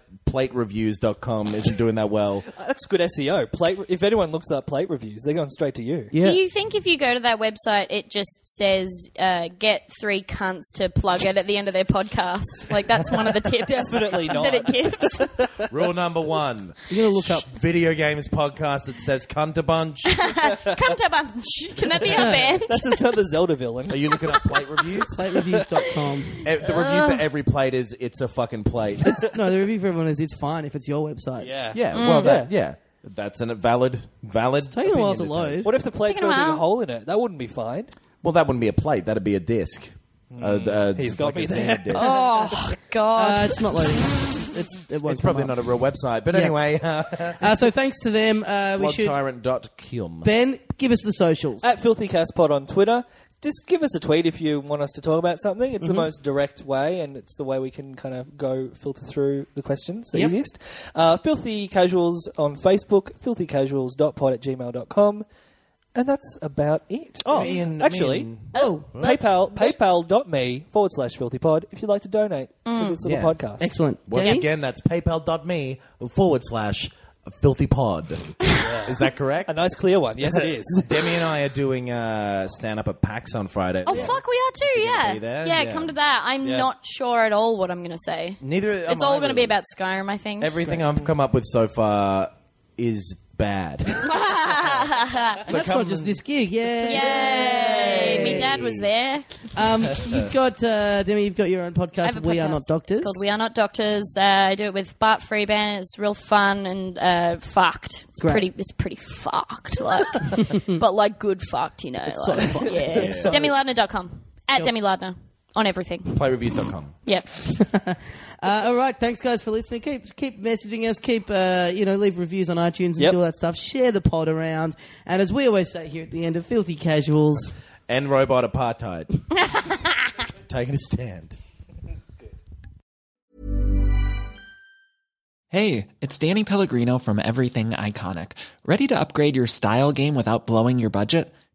platereviews.com, isn't doing that well.
Uh, That's good SEO. Plate, if anyone looks up plate reviews, they're going straight to you.
Yeah.
Do you think if you go to that website, it just says uh, get three cunts to plug it at the end of their podcast? Like that's one of the tips
Definitely not.
that it gives.
Rule number one.
You're going to look up.
Video games podcast that says cunt a bunch.
Cunt a bunch. Can that be our band?
That's just not the Zelda villain.
Are you looking up plate reviews?
platereviews.com.
Eh, The
Uh.
review for every plate is it's a fucking plate.
no, the review for everyone is it's fine if it's your website.
Yeah.
Yeah, well, that, yeah. That's an, a valid, valid.
Mm. Taking a while to
opinion
load.
What if the plate's
Taking a
got a big
while.
hole in it? That wouldn't be fine.
Well, that wouldn't be a plate. That'd be a disc.
Mm.
Uh, uh,
He's
like
got
a
me
Xenon
there.
disc.
Oh God.
Uh, it's not loading. It's, it won't
It's probably not a real website, but anyway, uh,
Uh, so thanks to them, uh, we should.
blogtyrant.com.
Ben, give us the socials.
At FilthyCastPod on Twitter. Just give us a tweet if you want us to talk about something. It's the most direct way, and it's the way we can kind of go filter through the questions the
Yep.
easiest. Uh, Filthy Casuals on Facebook, filthycasuals.pod at gmail.com. And that's about it. Oh,
Me and-
actually,
me
oh,
PayPal, paypal.me forward slash filthypod if you'd like to donate to this little
Yeah.
podcast.
excellent.
Once
Danny?
again, that's paypal.me forward slash filthy pod. Is that correct?
A nice clear one. Yes, it is.
Demi and I are doing uh, stand up at PAX on Friday.
Oh fuck, we are too. Yeah.
be there?
yeah,
Yeah.
Come to that. I'm
Yeah.
not sure at all what I'm going to say.
Neither am
It's
I
all going to be
really.
about Skyrim, I think.
Everything I've come up with so far is bad.
That's not just this gig. Yeah.
Yay! My dad was there.
Um, you've got uh, Demi. You've got your own
I
podcast.
have a
we are
podcast.
not
It's
doctors.
called We Are Not Doctors. Uh, I do it with Bart Freeman. It's real fun and uh, fucked. It's
Great.
pretty. It's pretty fucked, like, but like good fucked, you know. like, Yeah. DemiLardner.com at Demi Lardner on everything.
Playreviews.com.
Yep.
Uh, all right, thanks guys for listening. Keep keep messaging us. Keep uh, you know leave reviews on iTunes and
Yep.
do all that stuff. Share the pod around. And as we always say here at the end of Filthy Casuals,
and robot apartheid. Taking a stand.
Hey, it's Danny Pellegrino from Everything Iconic. Ready to upgrade your style game without blowing your budget?